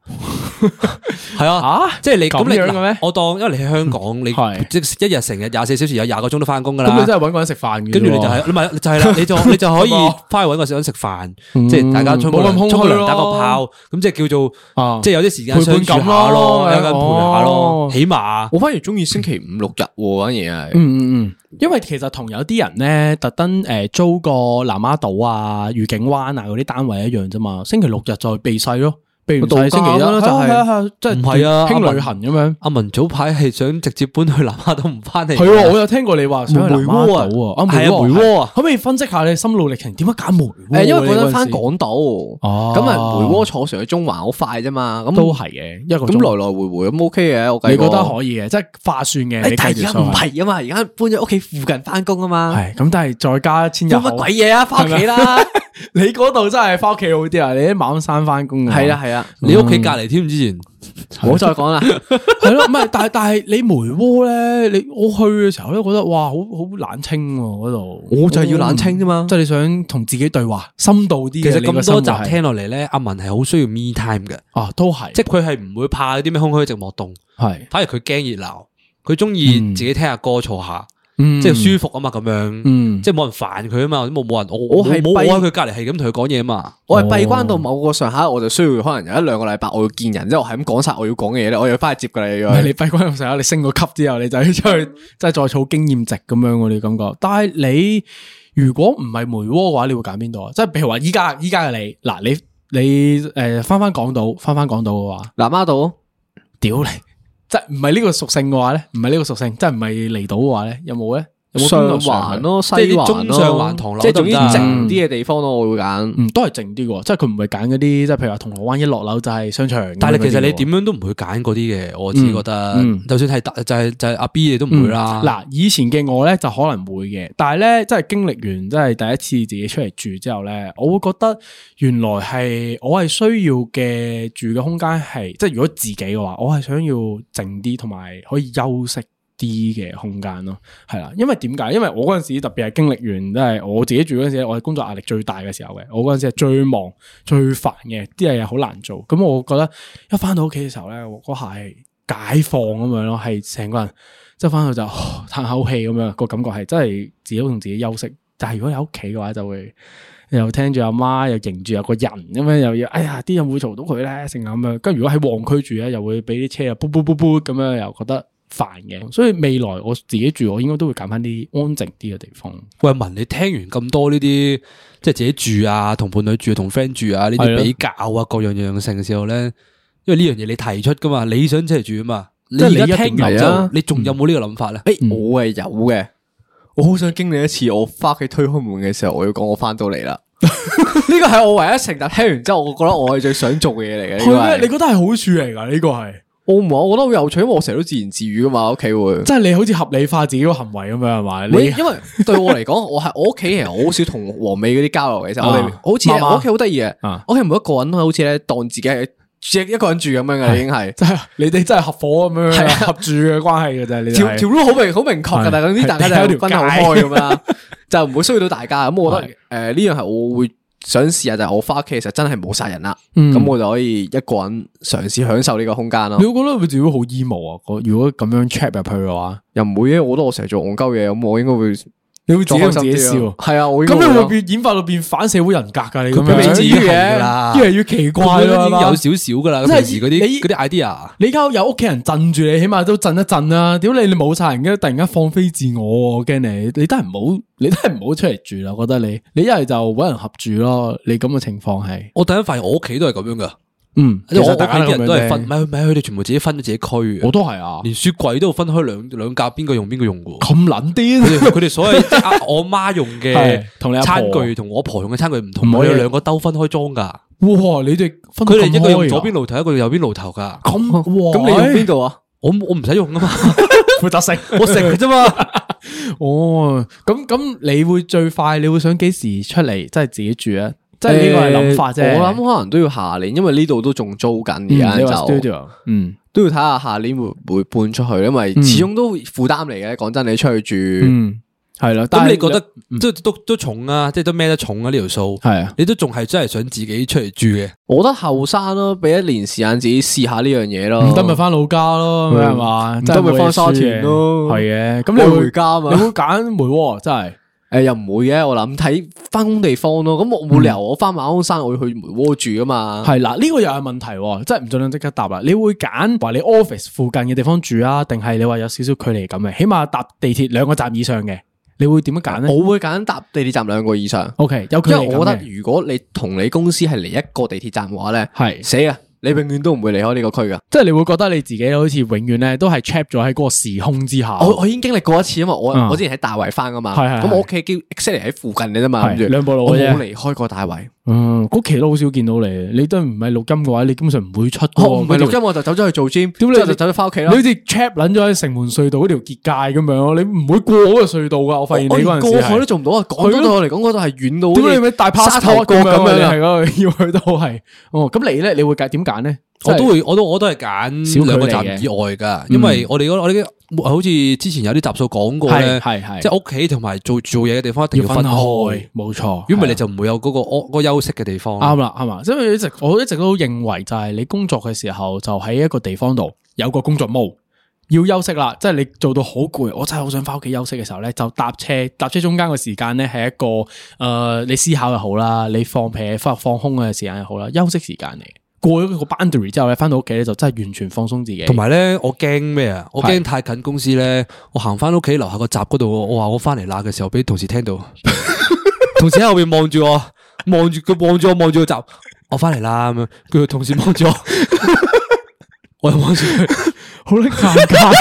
S3: 係啊，
S1: 吓
S3: 即係你
S1: 咁
S3: 你
S1: 樣嘅咩
S3: 嗱我當因為你喺香港，你
S1: 係
S3: 即係一日成日廿四小時有廿個鐘都翻工㗎
S1: 咁
S3: 啦
S1: 你。真系搵个人食饭嘅啫喎。
S3: 跟住你就係唔係就係啦，你 就你就可以
S1: 咁啊
S3: 翻去搵個時間食飯，
S1: 嗯
S3: 即係大家沖個
S1: 冇咁空
S3: 涼，
S1: 虛
S3: 沖個涼
S1: 咯
S3: 打個炮，咁即係叫做
S1: 啊
S3: 即係有啲時間
S1: 陪伴
S3: 相處
S1: 感
S3: 下
S1: 咯
S3: 咯，有間陪下
S1: 哦
S3: 咯，起碼
S2: 我反而中意星期五六日喎，反而係。
S1: 嗯嗯嗯，因為其實同有啲人咧，特登诶租個南丫島啊、御景灣啊嗰啲單位一樣啫嘛。星期六日就去避世咯，避完
S2: 度假
S1: 世星期一
S2: 啦就係
S1: 係即係
S3: 唔係啊
S1: 輕旅行咁樣。
S3: 阿文早排係想直接搬去南丫島，唔翻嚟。
S1: 係啊喎，我有聽過你話想去南丫島啊，
S3: 梅窩啊
S1: 窩
S3: 係啊梅窩啊
S1: 係可唔可以分析下你心路歷程？點解揀梅窩嘅？
S2: 诶，因為嗰陣
S1: 陣
S2: 翻
S1: 時
S2: 港島，
S1: 哦
S2: 咁啊梅窩坐船去中環好快啫嘛，咁
S1: 都係嘅，一個
S2: 咁
S1: 鐘
S2: 來來回回咁 OK 嘅，我計
S1: 你覺得
S2: 過
S1: 可以嘅，即係化算嘅。
S2: 誒但
S1: 你計
S2: 係而
S1: 條
S2: 家
S1: 數
S2: 唔係啊嘛，而家搬咗屋企附近翻工啊嘛，
S1: 係咁，但係再加千日
S2: 做乜
S1: 口
S2: 鬼嘢啊？翻屋企啦，
S1: 你嗰度真係翻屋企好啲啊！你喺馬鞍山翻工
S2: 係 啦係啦，
S3: 你屋企
S1: 嗯
S3: 隔離添，之前
S2: 唔好再講啦。
S1: 系咯，唔系，但系但系你梅窩咧，你我去嘅時候咧，覺得哇，好好冷清喎嗰度。
S2: 我就係要冷清啫嘛
S1: 即係你想同自己對話，深度啲嘅。
S3: 其實
S1: 你個
S3: 咁
S1: 生
S3: 多
S1: 活
S3: 集
S1: 係
S3: 聽落嚟咧，阿文係好需要 me time 嘅，
S1: 啊，都係
S3: 即係佢係唔會怕啲咩空虛寂寞凍，
S1: 係，
S3: 反而佢驚熱鬧，佢中意
S1: 嗯
S3: 自己聽下歌坐下，
S1: 嗯
S3: 即係舒服啊嘛咁樣，
S1: 嗯，
S3: 即係冇人煩佢啊嘛，冇冇人我
S2: 我係
S3: 冇
S2: 跛
S3: 我喺佢隔離係咁同佢講嘢啊嘛。
S2: 我係閉關到某個上下，我就需要可能有一兩個禮拜，我要見人，即係我係咁講晒我要講嘅嘢咧，我要翻去接㗎啦，
S1: 唔係
S2: 要
S1: 你閉關咁上下，你升個級之後，你就要出去，
S3: 嗯
S1: 即係再儲經驗值咁樣喎。你感覺，但係你如果唔係梅窩嘅話，你會揀邊度啊？即係譬如話依家依家嘅你，嗱你你诶翻翻港島，翻翻港島嘅話。
S2: 南丫島。
S1: 屌你！即系唔系呢个属性嘅话咧，唔系呢个属性，即系唔系离岛嘅话咧，有冇咧？有冇邊
S2: 上
S1: 度
S2: 環
S1: 去？
S2: 咯，西
S3: 係啲
S2: 環
S3: 中
S2: 咯
S3: 上環唐樓
S2: 即係總之
S3: 得唔得啊
S2: 靜啲嘅地方咯，我會揀。
S1: 嗯，都系靜啲嘅，即系佢唔系揀嗰啲，即系譬如話銅鑼灣一落樓就係商場咁樣嗰啲喎。
S3: 但係其實你點樣都唔會揀嗰啲嘅，我自己覺得
S1: 嗯嗯，
S3: 就算係大就係就係阿 B 你都唔會啦。
S1: 嗱，以前嘅我咧就可能會嘅，但係咧即係經歷完即係第一次自己出嚟住之後咧，我會覺得原來係我係需要嘅住嘅空間係，即係如果自己嘅話，我係想要靜啲同埋可以休息。啲嘅空間咯，係啦，因為點解？因為我嗰陣時特別係經歷完，即係我自己住嗰陣時，我係工作壓力最大嘅時候嘅，我嗰陣時係最忙、最煩嘅，啲嘢好難做。咁我覺得一翻到屋企嘅時候咧，我嗰下係解放咁樣咯，係成個人即係翻去就哦嘆口氣咁樣，個感覺係真係自己同自己休息。但係如果你喺屋企嘅話，就會又聽住阿媽，又迎住有個人咁樣，又要哎呀啲人會嘈到佢咧，成咁樣。跟住如果喺旺區住咧，又會俾啲車啊，噗噗噗噗咁樣，又覺得煩
S2: 嗯
S1: 嘅。所以未來我自己住，我應該都會揀翻啲安靜啲嘅地方。
S3: 喂，文，你聽完咁多呢啲，即係自己住啊，同伴侶住、同 friend 住啊，呢
S1: 係啊
S3: 啲比較啊，各樣樣性嘅時候咧，因為呢樣嘢你提出噶嘛，你想出嚟住啊嘛，你
S2: 係
S3: 而
S2: 你一
S3: 家聽
S2: 定
S3: 完
S2: 係
S3: 之
S2: 啊
S3: 後，你仲有冇呢個哎諗法咧？
S1: 嗯
S2: 誒，
S1: 啊
S2: 我係有嘅。我好想經歷一次，我翻屋企推開門嘅時候，我要講我翻到嚟啦。呢個係我唯一成日聽完之後，我覺得我係最想做嘅嘢嚟嘅。
S1: 係
S2: 呢
S1: 咩？你
S2: 個係
S1: 覺得係好處嚟㗎？呢個係
S2: 我唔係，我覺得好有趣，因為我成日都自言自語噶嘛，屋企會。
S1: 即係你好似合理化自己個行為咁樣係嘛？你
S2: 喂因為對我嚟講，我 係我屋企其實我好少同黃美嗰啲交流嘅，其實我哋
S1: 啊
S2: 好似
S1: 麻麻
S2: 我屋企好得意嘅
S1: 啊，
S2: 我屋企每一個人都好似咧當自己係一個人住咁樣嘅，已經係。
S1: 即係你哋真係合伙咁樣
S2: 係啊
S1: 合住嘅關係嘅啫，你哋
S2: 條
S1: 係
S2: 條路好明好明確
S1: 係
S2: 噶，但係總之大家就分得好開咁 啦，就唔會騷擾到大家。咁我覺
S1: 係
S2: 得誒呢樣係我會想試下，就係我翻屋企其實真係冇殺人啦，
S1: 嗯
S2: 咁我就可以一個人嘗試享受呢個空間咯
S1: 你。會覺得佢自己好 emo 啊？個如果咁樣 check 入去嘅話，
S2: 又唔會嘅，我覺得我成日做戇鳩嘢，咁我應該會
S1: 你會自己同
S2: 開
S1: 自
S2: 心
S1: 己
S2: 啲
S1: 笑啊
S2: 咯。。係啊，我應該
S1: 咁你會
S2: 咯
S1: 變演化到變反社會人格㗎？你咁
S2: 佢未
S1: 樣
S2: 至於嘅
S1: 越嚟越奇怪
S3: 佢
S1: 咯。
S3: 已
S1: 係
S3: 經
S1: 嘛
S3: 有少少噶啦，
S1: 即係
S3: 平時嗰啲
S1: 你
S3: 嗰啲 idea。
S1: 你而家有屋企人震住你，起碼都震一震啦。屌你，你冇晒人，跟住突然間放飛自我，我驚你。你都係唔好，你都係唔好出嚟住啦。我覺得你，你一係就搵人合住咯。你咁嘅情況係
S3: 我突然間發現我屋企都係咁樣噶，
S1: 嗯，
S3: 因為我
S1: 其實大家
S3: 屋企啲人都
S1: 咁樣
S3: 係分，唔係唔係佢哋全部自己分咗自己區嘅
S1: 我都係啊，
S3: 連雪櫃都分開兩兩格，邊個用邊個用嘅喎。
S1: 咁 撚
S3: 佢
S1: 癲，
S3: 哋佢哋 所謂即係啊我媽用嘅
S1: 係同你阿婆
S3: 餐具同我婆用嘅餐具唔同，
S1: 唔可
S3: 我
S1: 以
S3: 哋兩個兜分開裝㗎。
S1: 哇！你哋分
S3: 佢哋一個用左
S1: 左
S3: 邊爐頭，一個用右邊爐頭㗎。
S1: 咁哇，哎
S2: 咁你用邊度啊？
S3: 我我唔使用啊嘛，
S1: 負責食？
S3: 我食嘅啫嘛。
S1: 哦，咁咁你會最快，你會想幾時出嚟，即係自己住啊？即係呢個係諗法啫。
S2: 呃誒我諗可能都要下年，因為呢度都仲租緊，
S1: 嗯
S2: 而
S1: 你
S2: 家
S1: 話
S2: 就
S1: studio，嗯
S2: 都要睇下下年會唔會搬出去，因為始終都負擔嚟嘅。講真，你出去住，
S1: 嗯，係啦。 但
S3: 咁
S1: 係嗯
S3: 你覺得即係都都重啊，即係都孭得重啊呢條數。
S1: 係啊？
S3: 你都仲係真係想自己出嚟住嘅。
S2: 我覺得後生咯，俾一年時間自己試下呢樣嘢咯。
S1: 唔得咪翻老家咯，咁樣係嘛？
S2: 哦嗯唔得咪返沙田咯
S1: 係嘅。咁
S2: 我
S1: 你
S2: 回家嘛嗯
S1: 你會揀梅窩真係。
S2: 誒又唔會嘅，我諗睇翻工地方咯。咁我冇理由我翻馬鞍山，我要去梅窩住噶嘛。
S1: 係啦，呢個又係問題喎，真係唔盡量即刻答啦。你會揀話你 office 附近嘅地方住啊，定係你話有少少距離咁嘅，起碼搭地鐵兩個站以上嘅，你會點樣揀咧
S2: 我會揀搭地鐵站兩個以上，
S1: ？OK，有距
S2: 因
S1: 離
S2: 為我覺
S1: 感
S2: 得
S1: 嘅，
S2: 如果你同你公司係離一個地鐵站嘅話咧，
S1: 係
S2: 死啊！你永遠都唔會離開呢個區噶。
S1: 即係你會覺得你自己好似永遠咧都係 trap 咗喺嗰個時空之下，
S2: 我我已經經歷過一次，因為我、
S1: 哦嗯
S2: 我之前喺大圍翻噶嘛，
S1: 係係係
S2: 咁我屋企叫 exactly 喺附近嘅啫嘛，
S1: 係
S2: 諗住
S1: 兩步路
S2: 我
S1: 嘅啫
S2: 冇離開過大圍，
S1: 嗯，嗰期都好少見到你，你都唔係錄音嘅話，你基本上哦唔會出喎。
S2: 我唔係
S1: 嗰條
S2: 錄音我就走咗去做 gym，
S1: 屌你
S2: 之後就走咗翻屋企
S1: 你
S2: 啦
S1: 好。似 trap 撚咗喺城門隧道嗰條結界咁樣，你唔會過嗰個隧道噶。我發現你
S2: 我
S1: 嗰
S2: 連
S1: 陣時
S2: 過海
S1: 係
S2: 都做唔到啊！港島對我嚟講，嗰度係遠到好似
S1: 屌你咪大 p a
S2: 沙
S1: s
S2: 頭角咁樣
S1: 係
S2: 啊！
S1: 咯，要去到係。哦，咁你咧，你會揀點揀咧？
S3: 我都
S1: 會
S3: 會，我都我都係揀兩個
S1: 小距離
S3: 站
S1: 嘅嗯
S3: 以外噶，因為我哋嗰我哋啲好似之前有啲集數講過咧，
S1: 係係係
S3: 即係屋企同埋做做嘢嘅地方一定
S1: 要
S3: 要
S1: 分
S3: 分開
S1: 開，，啊冇錯。
S3: 如果唔係你就唔會有嗰個嗰個休息嘅地方。
S1: 啱啦，啱啦，因為一直我一直都認為就係你工作嘅時候就喺一個地方度有個工作模，要休息啦，即係你做到好攰，我真係好想翻屋企休息嘅時候咧，就搭車，搭車中間嘅時間咧係一個誒、呃你思考又好啦，你放屁放放空嘅時間又好啦，休息時間嚟嘅。過咗個 boundary 之後咧，翻到屋企咧就真係完全放鬆自己。
S3: 同埋咧，我驚咩啊？我驚太近公司咧，我行翻屋企樓下個閘嗰度，我話我翻嚟喇嘅時候，俾同事聽到， 同事喺後面望住我，望住佢望住我，望住個閘，我翻嚟啦咁樣，佢個同事望住我， 我又望住佢，
S1: 好撚尷尬，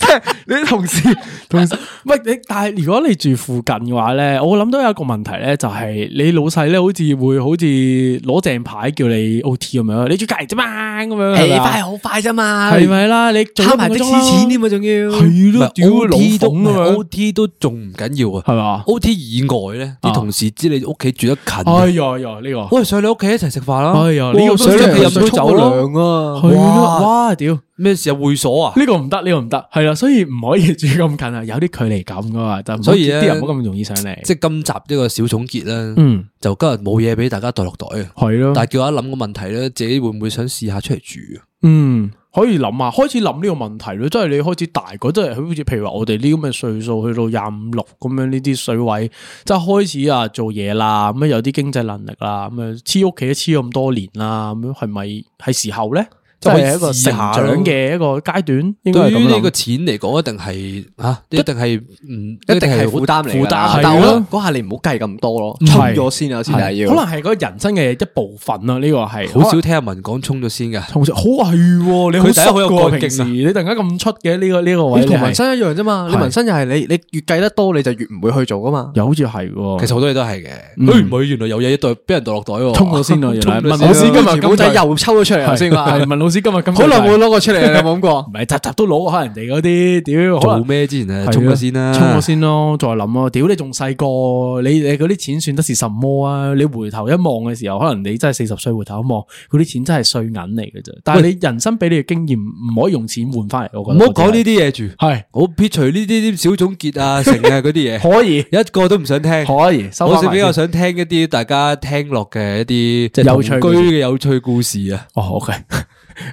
S1: 即係你啲同事同事， 喂你，但係如果你住附近嘅話咧，我諗到有一個問題咧，就係、你老細咧，好似會好似攞正牌叫你 O T 咁樣，你住隔離啫嘛，咁樣係
S2: 誒，
S1: 咪啊
S2: 翻嚟好快啫嘛，
S1: 係咪啦？你做
S2: 慳埋的士錢添啊，仲要
S1: 係咯，屌老
S3: T 都
S1: 馮咁樣，
S3: ，OT 都仲唔緊要啊。
S1: 係嘛？
S3: 啊 O T 以外咧，啲
S1: 啊
S3: 同事知你屋企住得
S2: 嗯
S3: 近啊
S1: 哎，呀呀，呢個
S3: 喂上你屋企一齊食飯啦，
S1: 哎呀呢個
S3: 哇上你屋
S1: 水嚟
S3: 企飲
S1: 水
S3: 杯
S1: 沖
S3: 酒
S1: 個
S3: 啦，
S2: 涼啊！
S1: 係咯，
S3: 哇
S1: 哇屌！
S3: 咩事啊會所啊？
S1: 呢個唔得，呢個唔得，係啦，所以唔可以住咁近啊，有啲距離感噶嘛，就唔好
S3: 所以咧
S1: 啲人唔好咁容易上嚟。
S3: 即係今集呢個小總結啦，
S1: 嗯，
S3: 就今日冇嘢俾大家袋落袋啊。
S1: 係咯，
S3: 但係叫我一諗個問題咧，自己會唔會想試下出嚟住啊？
S1: 嗯，可以諗下，開始諗呢個問題咯，即係你開始大個，即係好似譬如話我哋呢啲咁嘅歲數，去到廿五六咁樣呢啲水位，即係開始啊做嘢啦，咁啊有啲經濟能力啦，咁啊黐屋企都黐咁多年啦，咁樣係咪係時候咧？即
S3: 就可以
S1: 係一個
S3: 試
S1: 成
S3: 下
S1: 長
S3: 咯
S1: 嘅一個階段，應該
S3: 對
S1: 係
S3: 於
S1: 咁
S3: 呢個
S1: 諗。
S3: 錢嚟講，一定係吓，一定係唔
S2: 一定係負擔嚟㗎
S1: 負擔
S2: 啦，
S1: 係
S2: 但我覺得
S1: 咯嗯
S2: 嗰下你唔好計咁多咯，
S1: 係
S2: 衝咗先啊，先係
S1: 係
S2: 要。
S1: 可能係個人生嘅一部分咯，呢個係
S3: 好少聽阿文講衝咗先噶。
S1: 同時好係喎，你好
S3: 佢第一
S1: 熟
S3: 好有
S1: 喎
S3: 幹勁啊
S1: 平時你突然間咁出嘅呢個呢個位
S2: 你
S1: 你係，
S2: 同紋身一樣啫嘛，你
S1: 係
S2: 紋身又係你你越計得多你就越唔會去做噶嘛。
S1: 又好似係喎，
S3: 其實好多嘢都係嘅，哎
S1: 嗯
S3: 佢唔會原來有嘢袋俾人袋落袋喎。
S1: 衝咗先啊，原來
S3: 衝咗
S1: 問
S3: 先
S1: 老師今日
S2: 條
S1: 咁
S2: 帽仔
S1: 就
S2: 又抽咗出嚟頭 先
S1: 係
S2: 啊，
S1: 問老師今日咁
S2: 好耐冇
S1: 唔
S2: 攞過出嚟啦，你有冇諗過？
S1: 係集集都攞下人哋嗰啲，屌可
S3: 做
S1: 能
S3: 咩之前
S1: 係
S3: 啊，
S1: 咯
S3: 衝咗先啦，
S1: 衝咗。先咯，再諗咯。屌你仲細個，你你嗰啲錢算得是什麼啊？你回頭一望嘅時候，可能你真係四十歲回頭一望，嗰啲錢真係碎銀嚟嘅啫。但係你人生俾你嘅經驗唔可以用錢換翻嚟，我啊
S3: 唔
S1: 覺
S3: 好
S1: 得。
S3: 講呢啲嘢住，
S1: 係
S3: 我撇除呢啲啲小總結啊、成啊嗰啲嘢，
S1: 可以
S3: 一個都唔想聽。
S1: 可以收
S3: 我
S1: 翻
S3: 就
S1: 埋
S3: 比較
S1: 先。
S3: 想聽一啲大家聽落嘅一啲即係
S1: 有趣
S3: 同
S1: 故事
S3: 居嘅有趣故事啊，
S1: 哦，OK，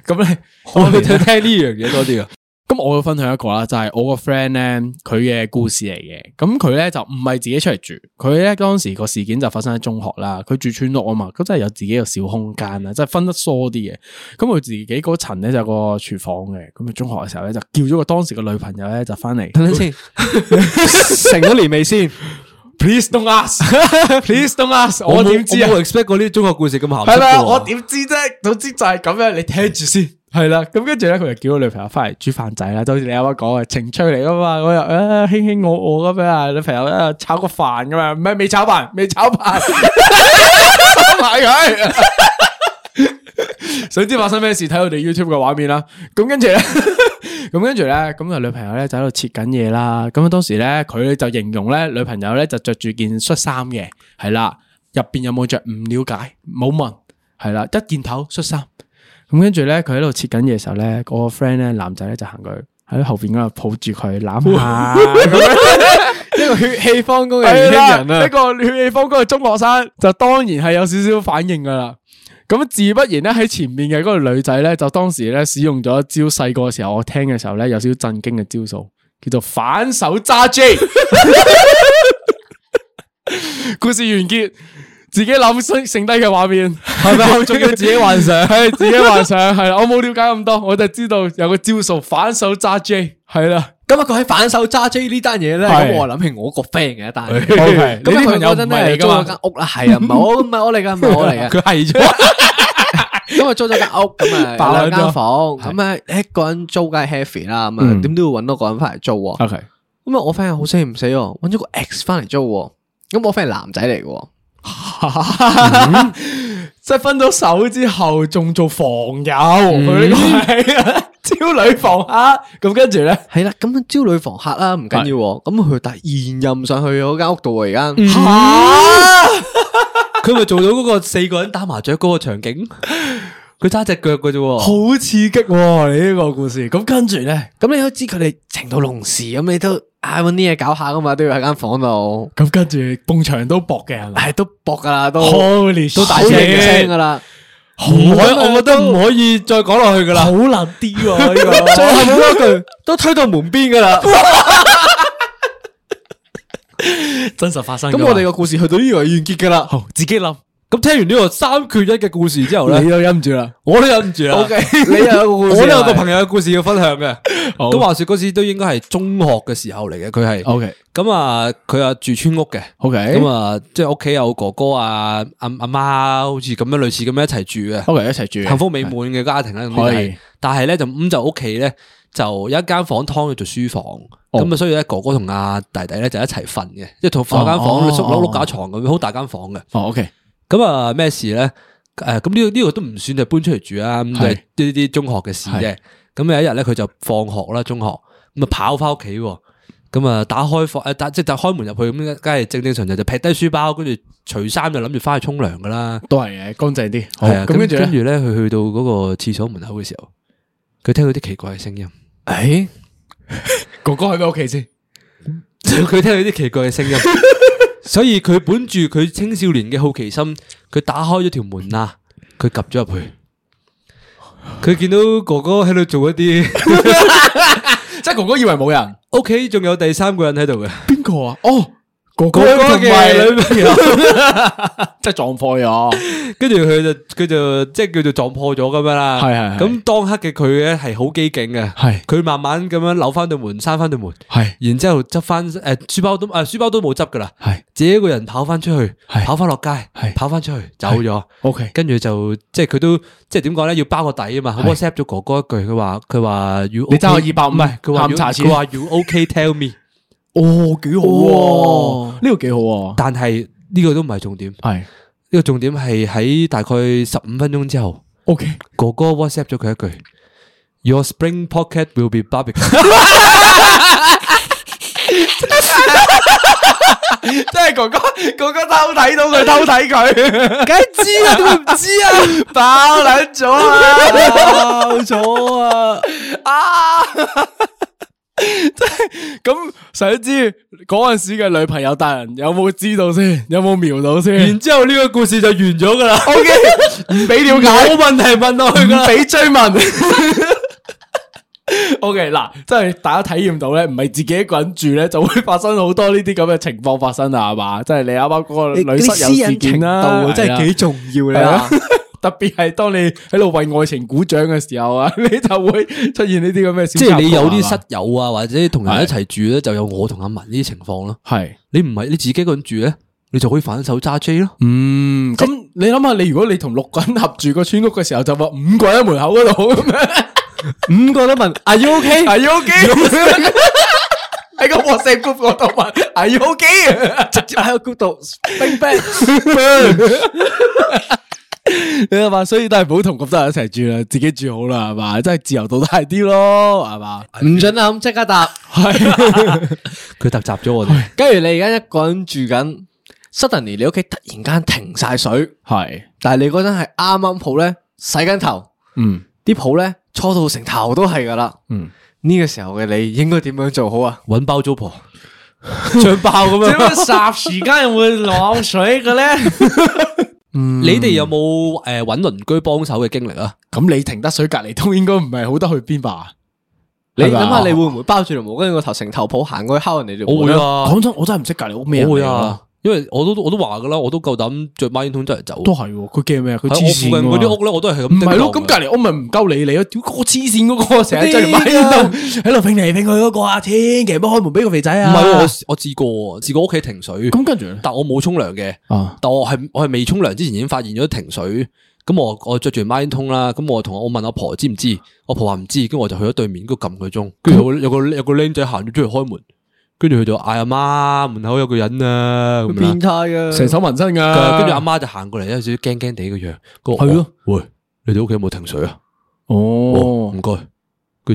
S1: 咁咧。
S3: 我想聽呢樣嘢多啲啊。
S1: 咁我要分享一個啦，就係、我個 friend 咧，佢嘅故事嚟嘅。咁佢咧就唔係自己出嚟住，佢咧當時個事件就發生喺中學啦。佢住村屋啊嘛，咁真係有自己個小空間啊啦，即係分得疏啲嘅。咁佢自己嗰層咧就有個廚房嘅。咁佢中學嘅時候 咧就叫咗個當時個女朋友咧就翻嚟。
S2: 等等先，成咗年未先？
S1: Please don't ask，please don't ask，我點知啊
S3: 我？冇 expect 過呢啲中國故事咁鹹濕
S1: 系
S3: 㗎
S1: 啦，
S3: 喎
S1: 我點知啫？總之就係咁樣，你聽住先。係啦，咁跟住咧，佢就叫個女朋友翻嚟煮飯仔啦，就好似你啱啱講嘅情趣嚟噶嘛，嗰日啊卿卿我我咁樣啊，女朋友啊炒個飯噶嘛，唔係未炒飯，未炒飯，收埋佢。 想知發生咩事，睇我哋 YouTube 嘅畫面啦。咁跟住咧，咁跟住咧， 咁啊女朋友咧就喺度切緊嘢啦。咁啊當時咧，佢就形容咧女朋友咧就着住件恤衫嘅，係啦，入邊有冇着唔了解，冇問，係啦，一件頭恤衫。咁跟住咧，佢喺度切緊嘢嘅時候咧，我個 friend 咧男仔咧就行過去喺後邊嗰度抱住佢攬下，
S2: 一個血氣方剛嘅
S1: 係
S2: 年
S1: 啦
S2: 輕人啊
S1: 一，個血氣方剛嘅中學生就當然係有少少反應噶啦。咁自不然咧，喺前面嘅嗰個女仔咧，就當時咧使用咗一招細個嘅時候，我聽嘅時候咧有少少震驚嘅招數，叫做反手揸 J。故事完結，自己諗剩剩低嘅畫面係咪？我 仲要自己幻想，係自己幻想係啦。我冇了解咁多，我就知道有個招數反手揸 J 係啦。
S2: 咁啊，佢喺反手揸 J 呢單嘢咧，
S1: 係
S2: 咁我諗起我個 friend 嘅一單嘢。
S1: OK，
S2: 咁
S1: 你
S2: 啊
S1: 呢
S2: 佢
S1: 朋友
S2: 嗰
S1: 唔
S2: 陣
S1: 係
S2: 咧
S1: 你㗎
S2: 租
S1: 嘛
S2: 咗間屋啦，係啊，唔係我唔係我嚟噶，唔係我 嚟嘅。
S1: 係啫。
S2: 因為租咗間屋咁啊，
S1: 爆咗
S2: 有兩間房，咁啊一個人租梗係 heavy 啦，咁
S1: 嗯
S2: 啊點都要搵多個人翻嚟租喎。咁
S1: OK，
S2: 啊，我 friend 好死唔死喎，搵咗個 ex 翻嚟租喎。咁我 friend 係男仔嚟嘅喎，
S1: 即係分咗手之後，仲做房友，
S3: 嗯
S1: 佢呢個係 超女房客。咁跟住咧，
S2: 係啦，咁啊招女房客啦，唔緊要喎。咁佢但係現任上去嗰間屋度喎，而家
S1: 嗯
S3: 佢咪做到嗰個四個人打麻雀嗰個場 景？佢揸只腳嘅啫喎，
S1: 好刺激喎！你呢個故事，咁跟住咧，
S2: 咁你都知佢哋情到濃時，咁你都唉搵啲嘢搞下噶嘛，都要喺間房度，
S1: 咁跟住埲牆都搏嘅，係咪
S2: 係都搏噶啦，都
S1: Holy
S2: 都大聲噶啦。
S1: 好啊
S3: 唔可以，
S1: 我
S3: 我覺得唔可以再講落去噶啦。
S1: 好難啲喎 呢個。
S2: 最後嗰句都推到門邊噶啦。
S1: 真實發生
S2: 咁我哋個故事去到呢度完結噶啦。
S1: 好自己諗，
S3: 咁聽完呢個三缺一嘅故事之後咧
S1: 你，都忍唔住啦。
S3: 我都忍唔住啦。
S2: 你又有個故
S3: 我
S2: 事，
S3: 都有個朋友嘅故事要分享嘅。
S1: 啊 好
S3: 咁話說嗰時都應該係中學嘅時候嚟嘅，佢係
S1: OK
S3: 咁啊，佢啊住村屋嘅。
S1: OK
S3: 咁啊，即係屋企有哥哥啊、阿阿媽，好似咁樣類似咁樣一齊住嘅。
S1: ，OK 一齊住，
S3: 幸福美滿嘅家庭啦，咁
S1: 可
S3: 就
S1: 以
S3: 係但係咧就咁就屋企咧就有一間房劏咗做書房，
S1: 哦
S3: 咁啊所以咧哥哥同阿弟弟咧就一齊瞓嘅，即係同房間
S1: 哦
S3: 房
S1: 哦
S3: 宿
S1: 哦
S3: 樓碌架床咁樣，好大間房嘅。
S1: 哦 OK，
S3: 咁啊咩事咧？誒咁呢個呢個都唔算係搬出嚟住啊，咁就係
S1: 係
S3: 呢啲中學嘅事啫。咁有一日咧佢就放學啦，中學咁啊跑翻屋企喎。咁啊，打開房誒，打即係就開門入去咁，梗係正正常常就劈低書包，跟住除衫就諗住翻去沖涼噶啦。
S1: 都係嘅，乾淨啲。好
S3: 係啊，
S1: 哦咁
S3: 咁
S1: 跟住
S3: 跟
S1: 咧，
S3: 住咧，佢去到嗰個廁所門口嘅時候，佢聽到啲奇怪嘅聲音，
S2: 誒，
S1: 哥哥喺咪屋企先？
S3: 佢聽到啲奇怪嘅聲 音，所以佢本住佢青少年嘅好奇心，佢打開咗條門罅，佢及咗入去，佢見到哥哥喺度做一 啲，
S1: 即係哥哥以為冇人。
S3: 屋企仲有第三個人喺度嘅，
S1: 边个啊？哦，哥
S3: 哥
S1: 同埋
S3: 嘅女 朋友，
S1: 即系撞 破咗。
S3: 跟住佢就佢就即係叫做撞破咗咁樣啦，
S1: 係係係
S3: 咁當刻嘅佢咧係好機警嘅，
S1: 係
S3: 佢慢慢咁樣扭翻對門，閂翻對門。
S1: 系
S3: 然之后执翻诶呃書包都诶、書包都冇執噶啦，
S1: 係
S3: 自己一個人跑翻出去，
S1: 係
S3: 跑翻落街
S1: 係，
S3: 跑翻出去走咗，
S1: OK，
S3: 跟住就即係佢都即係點講咧，要包個底啊嘛。
S1: 係
S3: WhatsApp 咗哥哥一句，佢話佢話要
S1: 你爭我250
S3: 唔係佢話
S1: 下午茶錢
S3: 佢話要 OK tell me，
S1: 哦，几好喎，呢个几好喎。
S3: 但係呢個都唔係重點，呢、
S1: 系
S3: 個重點係喺大概十五分鐘之後，
S1: OK，
S3: 哥哥 WhatsApp 咗佢一句，Your spring pocket will be barbecue，
S1: 即系哥哥哥哥偷睇 到佢偷睇佢，
S3: 梗係知啦，點會唔知啊？
S1: 爆捻咗啊！
S3: 爆咗啊！
S1: 啊！即系咁，想知嗰阵时嘅女朋友大人有冇知道先？有冇瞄到
S3: 然
S1: 先
S3: 之后呢個故事就完咗噶啦。
S1: ？OK，唔俾了解，
S3: 冇問題問落去
S1: 唔
S3: 噶。
S1: 俾追问。O K，嗱，即系大家體驗到咧，唔係自己一個人住咧，就會發生好多呢啲咁嘅情況發生啊，係嘛？即係你啱啱嗰個女室友事件啦，
S2: 真係幾重要
S1: 係
S2: 咧
S1: 啊。特别系当你喺度为爱情鼓掌嘅时候啊， 你就会出现呢啲咁嘅小插曲
S3: 即系
S1: 啊。
S3: 你有啲室友啊，或者同人一齐住咧，就有我同阿文呢啲情况咯。
S1: 系。
S3: 你唔系你自己一个人住咧，你就可以反手揸 J 咯。
S1: 嗯，咁你谂下，你如果你同六個人合住個村屋嘅時候，就話五個人喺門口嗰度咁样，
S2: 五個都問 Are you OK？
S1: 係 OK 喺個 WhatsApp group 嗰度問係 OK 直接喺個 group 度冰冰。你係嘛，所以都係唔好同咁多人一齊住啦，自己住好啦，係嘛，真係自由度大啲咯，係嘛。
S2: 唔准諗，即刻答。
S3: 佢突袭咗我哋，
S2: 跟住你而家一個人住緊 s u d d e n l y 你屋企突然間停晒水，
S1: 係，
S2: 但係你嗰陣係啱啱好咧洗緊頭，
S1: 嗯，
S2: 啲泡咧搓到成頭都係噶啦。
S1: 嗯，
S2: 呢個時候嘅你應該點樣做好啊？
S3: 搵包租婆，
S2: 像爆咁 樣。
S1: 霎時間又會落水嘅咧？嗯
S3: 你哋有冇诶搵邻居帮手嘅經歷啊？
S1: 咁你停得水隔離都應該唔係好得去邊吧？
S2: 你
S1: 係咪
S2: 諗下，你會唔會包住條毛巾個頭成頭抱行過去敲人哋條？
S3: 我會啊
S1: 講真，我真係唔識隔離屋咩人
S3: 我會
S1: 嚟㗎
S3: 啊，因為我都我都话噶啦，我都夠膽着孖煙筒出嚟走。
S1: 都係喎，佢驚咩啊？佢
S3: 喺
S1: 黐
S3: 我附
S1: 線
S3: 近
S1: 㗎嘛
S3: 嗰啲屋咧，我都係咁
S1: 唔
S3: 叮噹
S1: 係
S3: 嘅。
S1: 咯，咁隔離屋咪唔鳩理你咯？屌嗰個黐線嗰啊個成日真係喺度喺度拼嚟拼去嗰個啊！千祈唔好開門俾個肥仔
S3: 唔
S1: 啊！
S3: 係喎，我我試過喎，試過屋企停水，
S1: 咁跟住咧
S3: 但我冇沖涼嘅。
S1: 啊，
S3: 但我係我係未沖涼之前已經發現咗停水，咁我我着住孖煙筒啦，咁我同我問阿婆知唔知，我婆話唔知，跟住我就去咗對面，跟住撳佢鐘，跟住有個有個有個僆仔行咗出去開門，跟住佢就嗌阿媽門口有個人啊咁啦
S2: 變，態噶，
S1: 成手紋身噶，
S3: 跟住阿媽就行過嚟有少少驚驚地個樣，佢話
S1: 啊係咯，
S3: 喂，你哋屋企有冇停水啊？哦
S1: 哦
S3: 唔。該，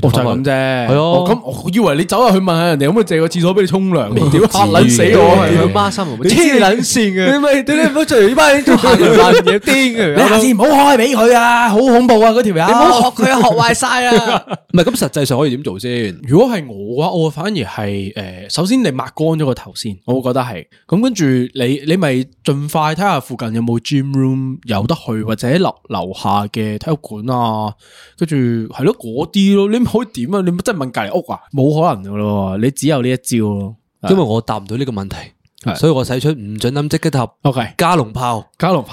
S3: 佢
S1: 我就係咁啫，係
S3: 啊
S1: 咁我以為你走入去問下人哋可唔可以借個廁所俾你沖涼，屌嚇撚死
S2: 我係佢
S1: 我！
S2: 孖心毛，
S1: 你
S2: 黐撚線嘅，你咪你唔好做呢班做行人 扮嘢癲嘅，
S1: 你下次唔好開俾佢
S3: à?
S1: 啊，好恐怖啊嗰條友！
S2: 你唔好學佢啊，學壞晒 啊！
S3: 唔係咁實際上可以點做先？
S1: 如果係我嘅話，我反而係诶、呃首先你抹乾咗個頭先，我會覺得係咁，跟住你你咪盡快睇下附近有冇 gym room 有得去，或者樓楼下嘅體育館啊，跟住係咯嗰啲咯，你唔可以點啊？你真係問隔離屋啊？冇可能噶咯，你只有呢一招咯。
S3: 因為我答唔到呢個問題
S1: 係，
S3: 所以我使出唔准諗即刻答
S1: OK，
S3: 加龍炮。
S1: 加龍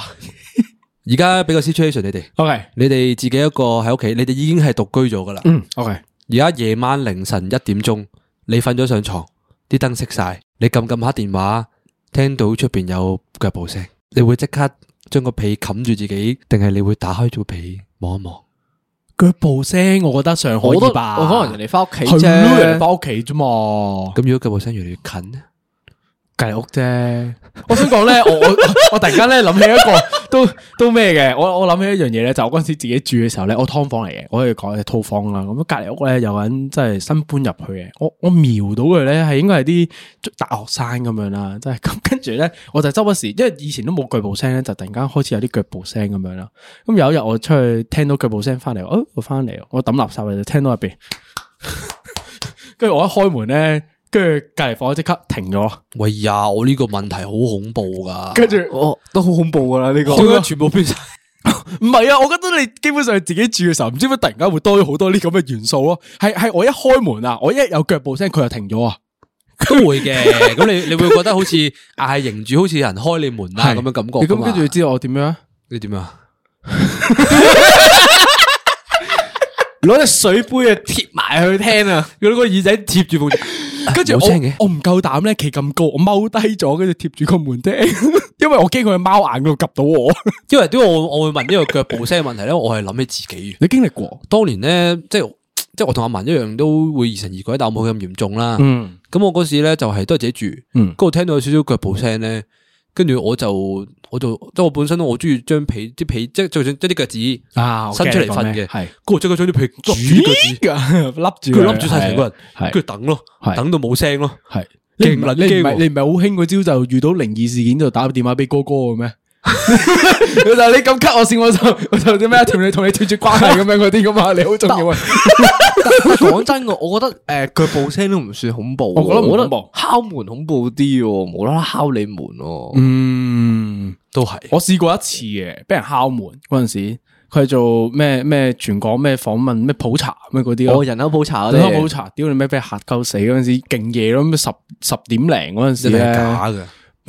S3: 而家俾個 situation 你哋。
S1: OK，
S3: 你哋自己一個喺屋企，你哋已經係獨居咗噶啦。
S1: 嗯，OK，
S3: 而家夜晚凌晨一點鐘，你瞓咗上床，啲燈熄晒，你撳撳下電話，聽到出边有腳步聲，你會即刻將個被冚住自己，定係你會打開咗個被望一望？
S1: 腳步聲，我覺得上可
S2: 我都
S1: 以吧。
S2: 我可能人哋翻屋企
S1: 係咯人哋
S2: 啫，
S1: 翻屋企啫嘛，
S3: 咁如果腳步聲越嚟越近咧，
S1: 隔篱屋啫。我想講咧，我我我突然間咧諗起一個都都咩嘅，我我諗起一樣嘢咧，就我嗰阵时自己住嘅時候咧，我劏房嚟嘅，我可以講係套房啦。咁隔離屋咧有個人真係新搬入去嘅，我我瞄到佢咧係應該係啲大學生咁樣啦，真係咁跟住咧，我就周不時，因為以前都冇腳步聲咧，就突然間開始有啲腳步聲咁樣啦。咁有一日我出去聽到腳步聲翻嚟，哦，我翻嚟，我抌垃圾嚟就聽到入边，跟住我一開門咧，跟住隔離房即刻停咗，
S3: 喂呀，我呢個問題好恐怖噶，
S1: 跟住。
S2: 我都好恐怖噶啦呢個。
S3: 點解全部 變晒？
S1: 唔系啊，我覺得你基本上自己住嘅時候，唔知點解突然間會多咗好多呢咁嘅元素咯。係係我一開門啊，我一有腳步聲，佢就停咗啊。
S3: 都會 嘅。咁你你会觉得好似嗌迎住，好似有人開你門啦哦
S1: 係
S3: 咁啊樣感覺
S1: 你
S3: 㗎
S1: 咁
S3: 嘛。
S1: 跟住知道我點樣？
S3: 你點啊？
S2: 攞隻水杯啊貼埋去聽 啊，
S3: 佢個耳仔貼住部，
S1: 跟住
S3: 冇
S1: 我
S3: 聲嘅
S1: 我唔夠膽咧，企咁高，我踎低咗，跟住貼住個門聽， 因為我驚佢貓眼嗰度及到我。
S3: 因為點解我我會問呢個腳步聲嘅問題咧？我係諗起自己嘅。
S1: 你經歷過？
S3: 當年咧，即係即係我同阿文一樣都會疑神疑鬼，但我冇佢咁嚴重啦。咁、
S1: 嗯
S3: 我嗰時咧就係都係自己住，
S1: 嗯
S3: 跟住我聽到有少少腳步聲咧，跟住我就我就即係我本身我中意將被啲被即係就算即係啲腳趾
S1: 啊
S3: 伸出嚟瞓嘅，
S1: 係
S3: 跟住我即刻將啲被捉住啲腳趾，
S1: 笠住
S3: 跟住笠住晒成個人，
S1: 係
S3: 跟住等咯，
S1: 係
S3: 等到冇聲咯。
S1: 係你
S3: 勁
S1: 唔
S3: 撚
S1: 係你唔係
S3: 驚喎，
S1: 你唔係好興嗰招就遇到靈異事件就打電話俾哥哥嘅 咩？佢就你咁咳我先，我就我就啲咩啊同你同你斷絕關係咁樣嗰啲噶嘛，你好重要啊！
S2: 講真嘅，我覺得诶腳步聲都唔算恐怖喎，
S1: 我覺得唔恐怖
S2: 我覺得敲門恐怖啲喎，無啦啦敲你門喎。
S1: 嗯，
S3: 都係
S1: 我試過一次嘅，俾人敲門嗰陣時，佢係做咩咩全港咩訪問咩普查咩嗰啲咯
S2: 我。人口普查
S3: 哦
S2: 嗰
S1: 你
S2: 啲
S1: 開
S2: 嘢
S1: 嗯普查，屌你咩俾人嚇鳩死嗰陣時，勁夜咯，咁十十點零嗰陣時
S3: 一定係
S1: 咧，
S3: 假嘅。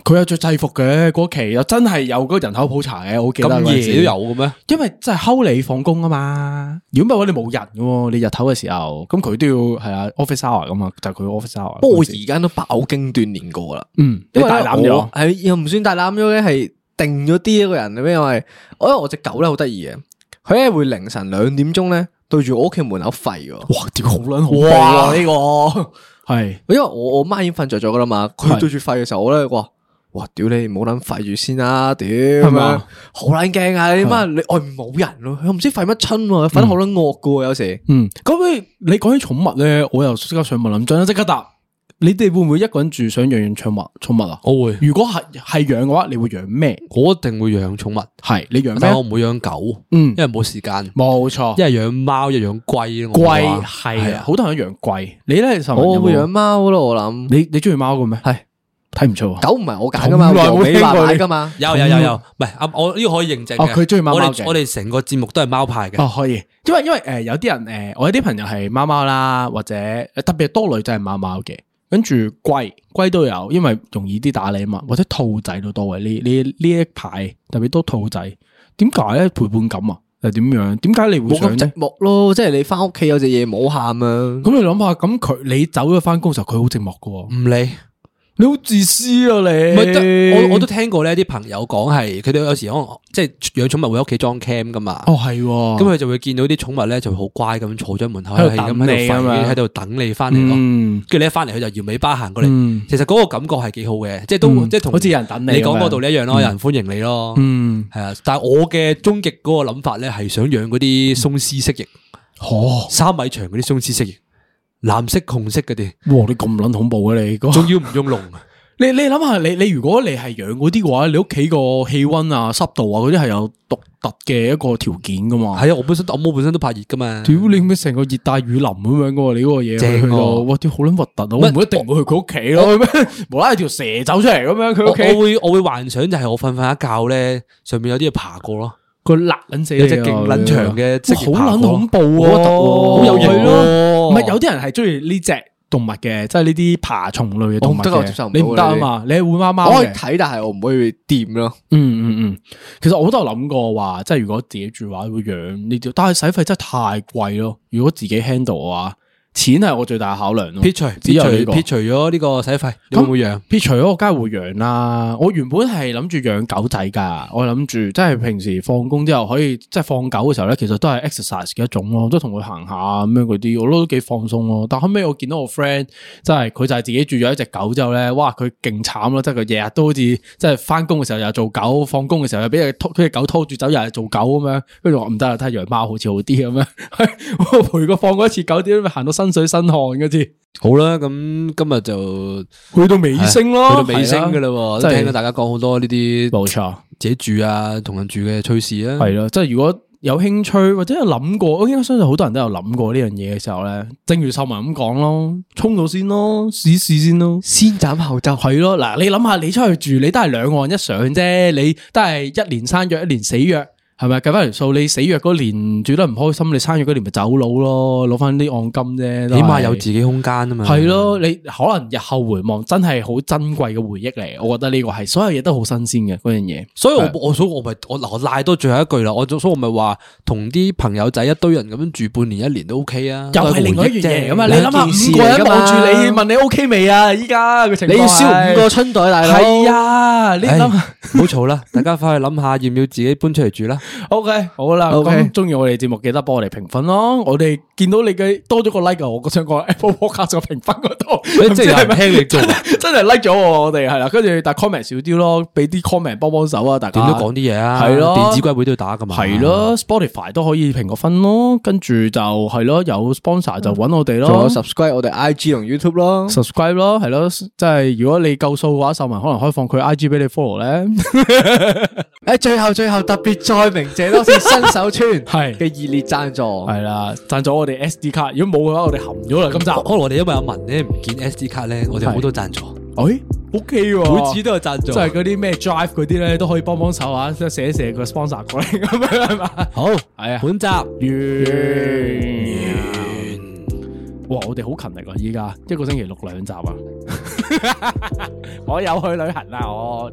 S1: 佢有着制服嘅嗰期，又真係有嗰個人口普查嘅，我記得嗰
S3: 咁
S1: 陣時
S3: 夜都有嘅咩？
S1: 因為真係睺你放工啊嘛，如果唔係嘅話你冇人嘅喎，你日頭嘅時候，咁佢都要係啊 office hour 咁嘛，就係佢 office hour。
S2: 不過我而家都飽經鍛炼過啦。
S1: 嗯，你
S2: 因為
S1: 大膽咗，
S2: 系又唔算大膽咗嘅，係定咗啲一個人。因為我因為我只狗咧好得意嘅，佢咧會凌晨兩點鐘咧對住我屋企門口吠喎。
S1: 哇，屌好撚恐怖
S2: 哇！
S1: 啊！
S2: 呢個
S1: 係
S2: 因為我我媽已經瞓着咗噶啦嘛，佢對住吠嘅時候，我咧話：哇！屌你，唔好撚吠住先啦，屌咁樣
S1: 嘛
S2: 好撚驚啊！你媽你外面冇人咯，佢唔知吠乜春喎，瞓得好撚惡噶喎，有時。
S1: 嗯，咁你你講起寵物咧，我又即刻想問林俊啦，啊即刻答，你哋會唔會一個人住想養養寵物？寵物啊？
S3: 我會，
S1: 如果係係養嘅話，你會養咩？
S3: 我一定會養寵物，
S1: 係你養
S3: 但我
S1: 咩？
S3: 唔會養狗，
S1: 嗯
S3: 因，為冇時間，
S1: 冇錯，
S3: 一係養貓，一係養龜。啊我
S1: 龜
S3: 話
S1: 係啊，好多人養龜。你咧，岑文
S2: 我
S1: 有冇
S2: 會養貓咯，我諗
S1: 你你中意貓嘅咩？
S2: 係
S1: 睇唔出啊！
S2: 狗唔係我揀噶嘛，
S1: 從來
S2: 由
S1: 冇
S2: 你
S1: 聽
S2: 爸
S1: 過
S2: 買
S1: 你
S2: 噶嘛。
S3: 有有有有，唔係啱我呢個可以認證
S1: 哦
S3: 嘅。
S1: 佢中意貓
S3: 我
S1: 貓
S3: 哋
S1: 嘅
S3: 我哋成個節目都係貓派嘅。
S1: 哦，可以，因為因為誒、呃有啲人誒、呃我有啲朋友係貓貓啦，或者呃特別多女仔係貓貓嘅，跟住龜龜都有，因為容易啲打理啊嘛，或者兔仔都多嘅。呢呢呢一排特別多兔仔，點解咧陪伴感啊？又點樣？點解你會
S2: 冇
S1: 想
S2: 咁
S1: 呢
S2: 寂寞咯，即係你翻屋企有隻嘢冇喊啊！
S1: 咁你諗下，咁佢你走咗翻工嘅時候，佢好寂寞嘅喎。
S3: 唔理，
S1: 你好自私啊你！
S3: 嗯唔係得我我都聽過呢啲朋友講係，佢哋有時可能即係養寵物會喺屋企裝 cam 噶嘛。
S1: 哦係喎，
S3: 咁佢就會見到啲寵物咧就會好乖咁坐咗喺門口，
S1: 喺
S3: 係
S1: 度
S3: 咁
S1: 等
S3: 喺度
S1: 你啊嘛
S3: 吠，喺度等你翻嚟咯。
S1: 嗯
S3: 跟住你一翻嚟，佢就搖尾巴行過
S1: 嗯
S3: 嚟。其實嗰個感覺係幾好嘅，即係都
S1: 嗯
S3: 即係同
S1: 好似有人等你
S3: 你講
S1: 咁樣
S3: 嗰度一樣咯，有人歡迎你咯。
S1: 嗯，
S3: 係啊，但係我嘅終極嗰個諗法咧，係想養嗰啲鬆絲蜥蜴，
S1: 哦，
S3: 三米長嗰啲鬆絲蜥蜴，藍色、紅色嗰 啲，
S1: 哇你咁撚恐怖嘅你嗰個
S3: 仲要唔用籠。
S1: 你你谂下，你你如果你係養嗰啲嘅話，你屋企個氣温啊、濕度啊嗰啲係有獨特嘅一個條件噶嘛。
S3: 係啊，我本身我冇本身都怕熱噶嘛。
S1: 屌你咩成個熱帶雨林咁樣噶喎，你嗰個嘢
S3: 正
S1: 去到，
S3: 喎
S1: 哇！屌好撚核突啊，我唔會一定會去佢屋企咯，咩 無啦啦有條蛇走出嚟咁樣，
S3: 我
S1: 佢
S3: 我
S1: 屋企
S3: 會我會幻想就係我瞓瞓一覺咧，上面有啲嘢爬過咯，
S1: 個辣撚死你
S3: 有
S1: 啊，
S3: 隻勁撚長嘅蜥蜴
S1: 哇
S3: 爬過
S1: 好撚
S3: 咯
S1: 恐怖
S3: 好
S1: 喎，
S3: 核突喎
S1: 好有趣
S3: 好有型
S1: 咯。
S3: 喎
S1: 唔係有啲人係中意呢只動物嘅，即係呢啲爬蟲類嘅動物
S2: 我唔得我接受唔
S1: 嘅，
S2: 到
S1: 你唔得啊嘛，你係會貓貓
S2: 我可以
S1: 嘅。
S2: 睇，但係我唔可以掂咯。
S1: 嗯嗯嗯，其實我都有諗過話，即係如果自己住嘅話，會養呢啲，但係使費真係太貴咯。如果自己 handle 嘅話，錢係我最大嘅考量咯。
S3: 撇除
S1: 只
S3: 撇
S1: 有呢個
S3: 除撇除咗呢個使費，你會唔會養？
S1: 撇除咗我梗係會養啦。我原本係諗住養狗仔噶，我諗住即係平時放工之後可以即係放狗嘅時候咧，其實都係 exercise 嘅一種咯，都同佢行下咁樣嗰啲，我都幾放鬆咯。但後尾我見到我 friend 即係佢就係自己住咗一隻狗之後咧，哇佢勁慘咯，即係佢日日都好似即係翻工嘅時候又係做狗，放工嘅時候又俾隻拖佢隻狗拖住走，又係做狗咁樣。跟住我話唔得啦，睇下養貓好似好啲咁樣。 我陪佢放過一次狗，點解行到身水身汗嗰次，
S3: 好啦，咁今日就
S1: 去到尾聲咯，
S3: 去到尾聲噶啦
S1: 係
S3: 喎，啊
S1: 真
S3: 都
S1: 係
S3: 聽到大家講好多呢啲
S1: 冇錯。
S3: 自己住啊、同人住嘅趣事啊。
S1: 系咯，即係如果有興趣或者有諗過，我應該相信好多人都有諗過呢樣嘢嘅時候咧，正如秀文咁講咯，衝到先咯，試試先咯。
S2: 先斬後奏，
S1: 係咯，嗱，你諗下，你出去住，你都係兩岸一上啫，你都係一年生約，一年死約，係咪？計翻條數，你死約嗰年住得唔開心，你生約嗰年咪走佬咯，攞翻啲按金啫。都係
S3: 起碼有自己空間啊嘛。
S1: 係，咯，你可能日後回望，真係好珍貴嘅回憶嚟。我覺得呢個係所有嘢都好新鮮嘅嗰樣嘢。
S3: 所以我我所以我咪我嗱我賴多最後一句啦，我所以我咪話同啲朋友仔一堆人咁樣住半年一年都 OK 啊，
S1: 又係另外一
S3: 回憶
S1: 樣嘢
S3: 啫
S1: 咁啊！你
S2: 兩
S1: 諗
S2: 件
S1: 下，
S2: 事
S1: 五個人
S2: 嚟㗎嘛
S1: 望住你，問你 OK 未啊？依家嘅情況
S2: 哎你要燒
S1: 係
S2: 五個春袋，大佬。
S1: 係啊！你
S3: 唉
S1: 諗下
S3: 唔好嘈啦，大家翻去諗下要唔要自己搬出嚟住啦。
S1: OK 好啦，
S2: OK
S1: 咁中意我哋節目記得幫我哋評分咯。我哋見到你嘅多咗個 like 啊，我想講 Apple Podcast 個評分嗰度，
S3: 誒即係有人聽 你做啊，
S1: 真係 like 咗喎我哋係啦。跟住但 comment 少啲咯，俾啲 comment 幫幫手啊！大家
S3: 點都講啲嘢啊，
S1: 係咯
S3: 電子歸會都要打噶嘛。
S1: 係咯，Spotify 都可以評個分咯。跟住就係咯，有 sponsor 就揾我哋咯。
S2: 仲有 subscribe 我哋 IG 同 YouTube 咯。
S1: subscribe 咯，系咯，即系如果你夠數嘅話，秀文可能開放佢 I G 俾你 follow 咧。
S2: 诶，最後最後特別再明謝多次新手 村
S1: 係
S2: 嘅熱烈贊助
S1: 系。啦，贊助我哋 S D 卡，如果冇嘅話，我哋含咗啦。今集，
S3: 可 能我哋因為阿文咧唔見 SD 卡咧，我哋好多贊助，
S1: 诶，O K 哎喎，
S3: 每次都有贊助
S1: 即。係嗰啲咩 Drive 嗰啲咧，都可以幫幫手啊，即係寫一寫個 sponsor 過嚟咁樣係嘛。
S3: 好，
S1: 係啊
S3: 本集。
S1: 完，哇！我我哋好勤力啊！依家一個星期錄兩集啊！ 我有去旅行啊！我。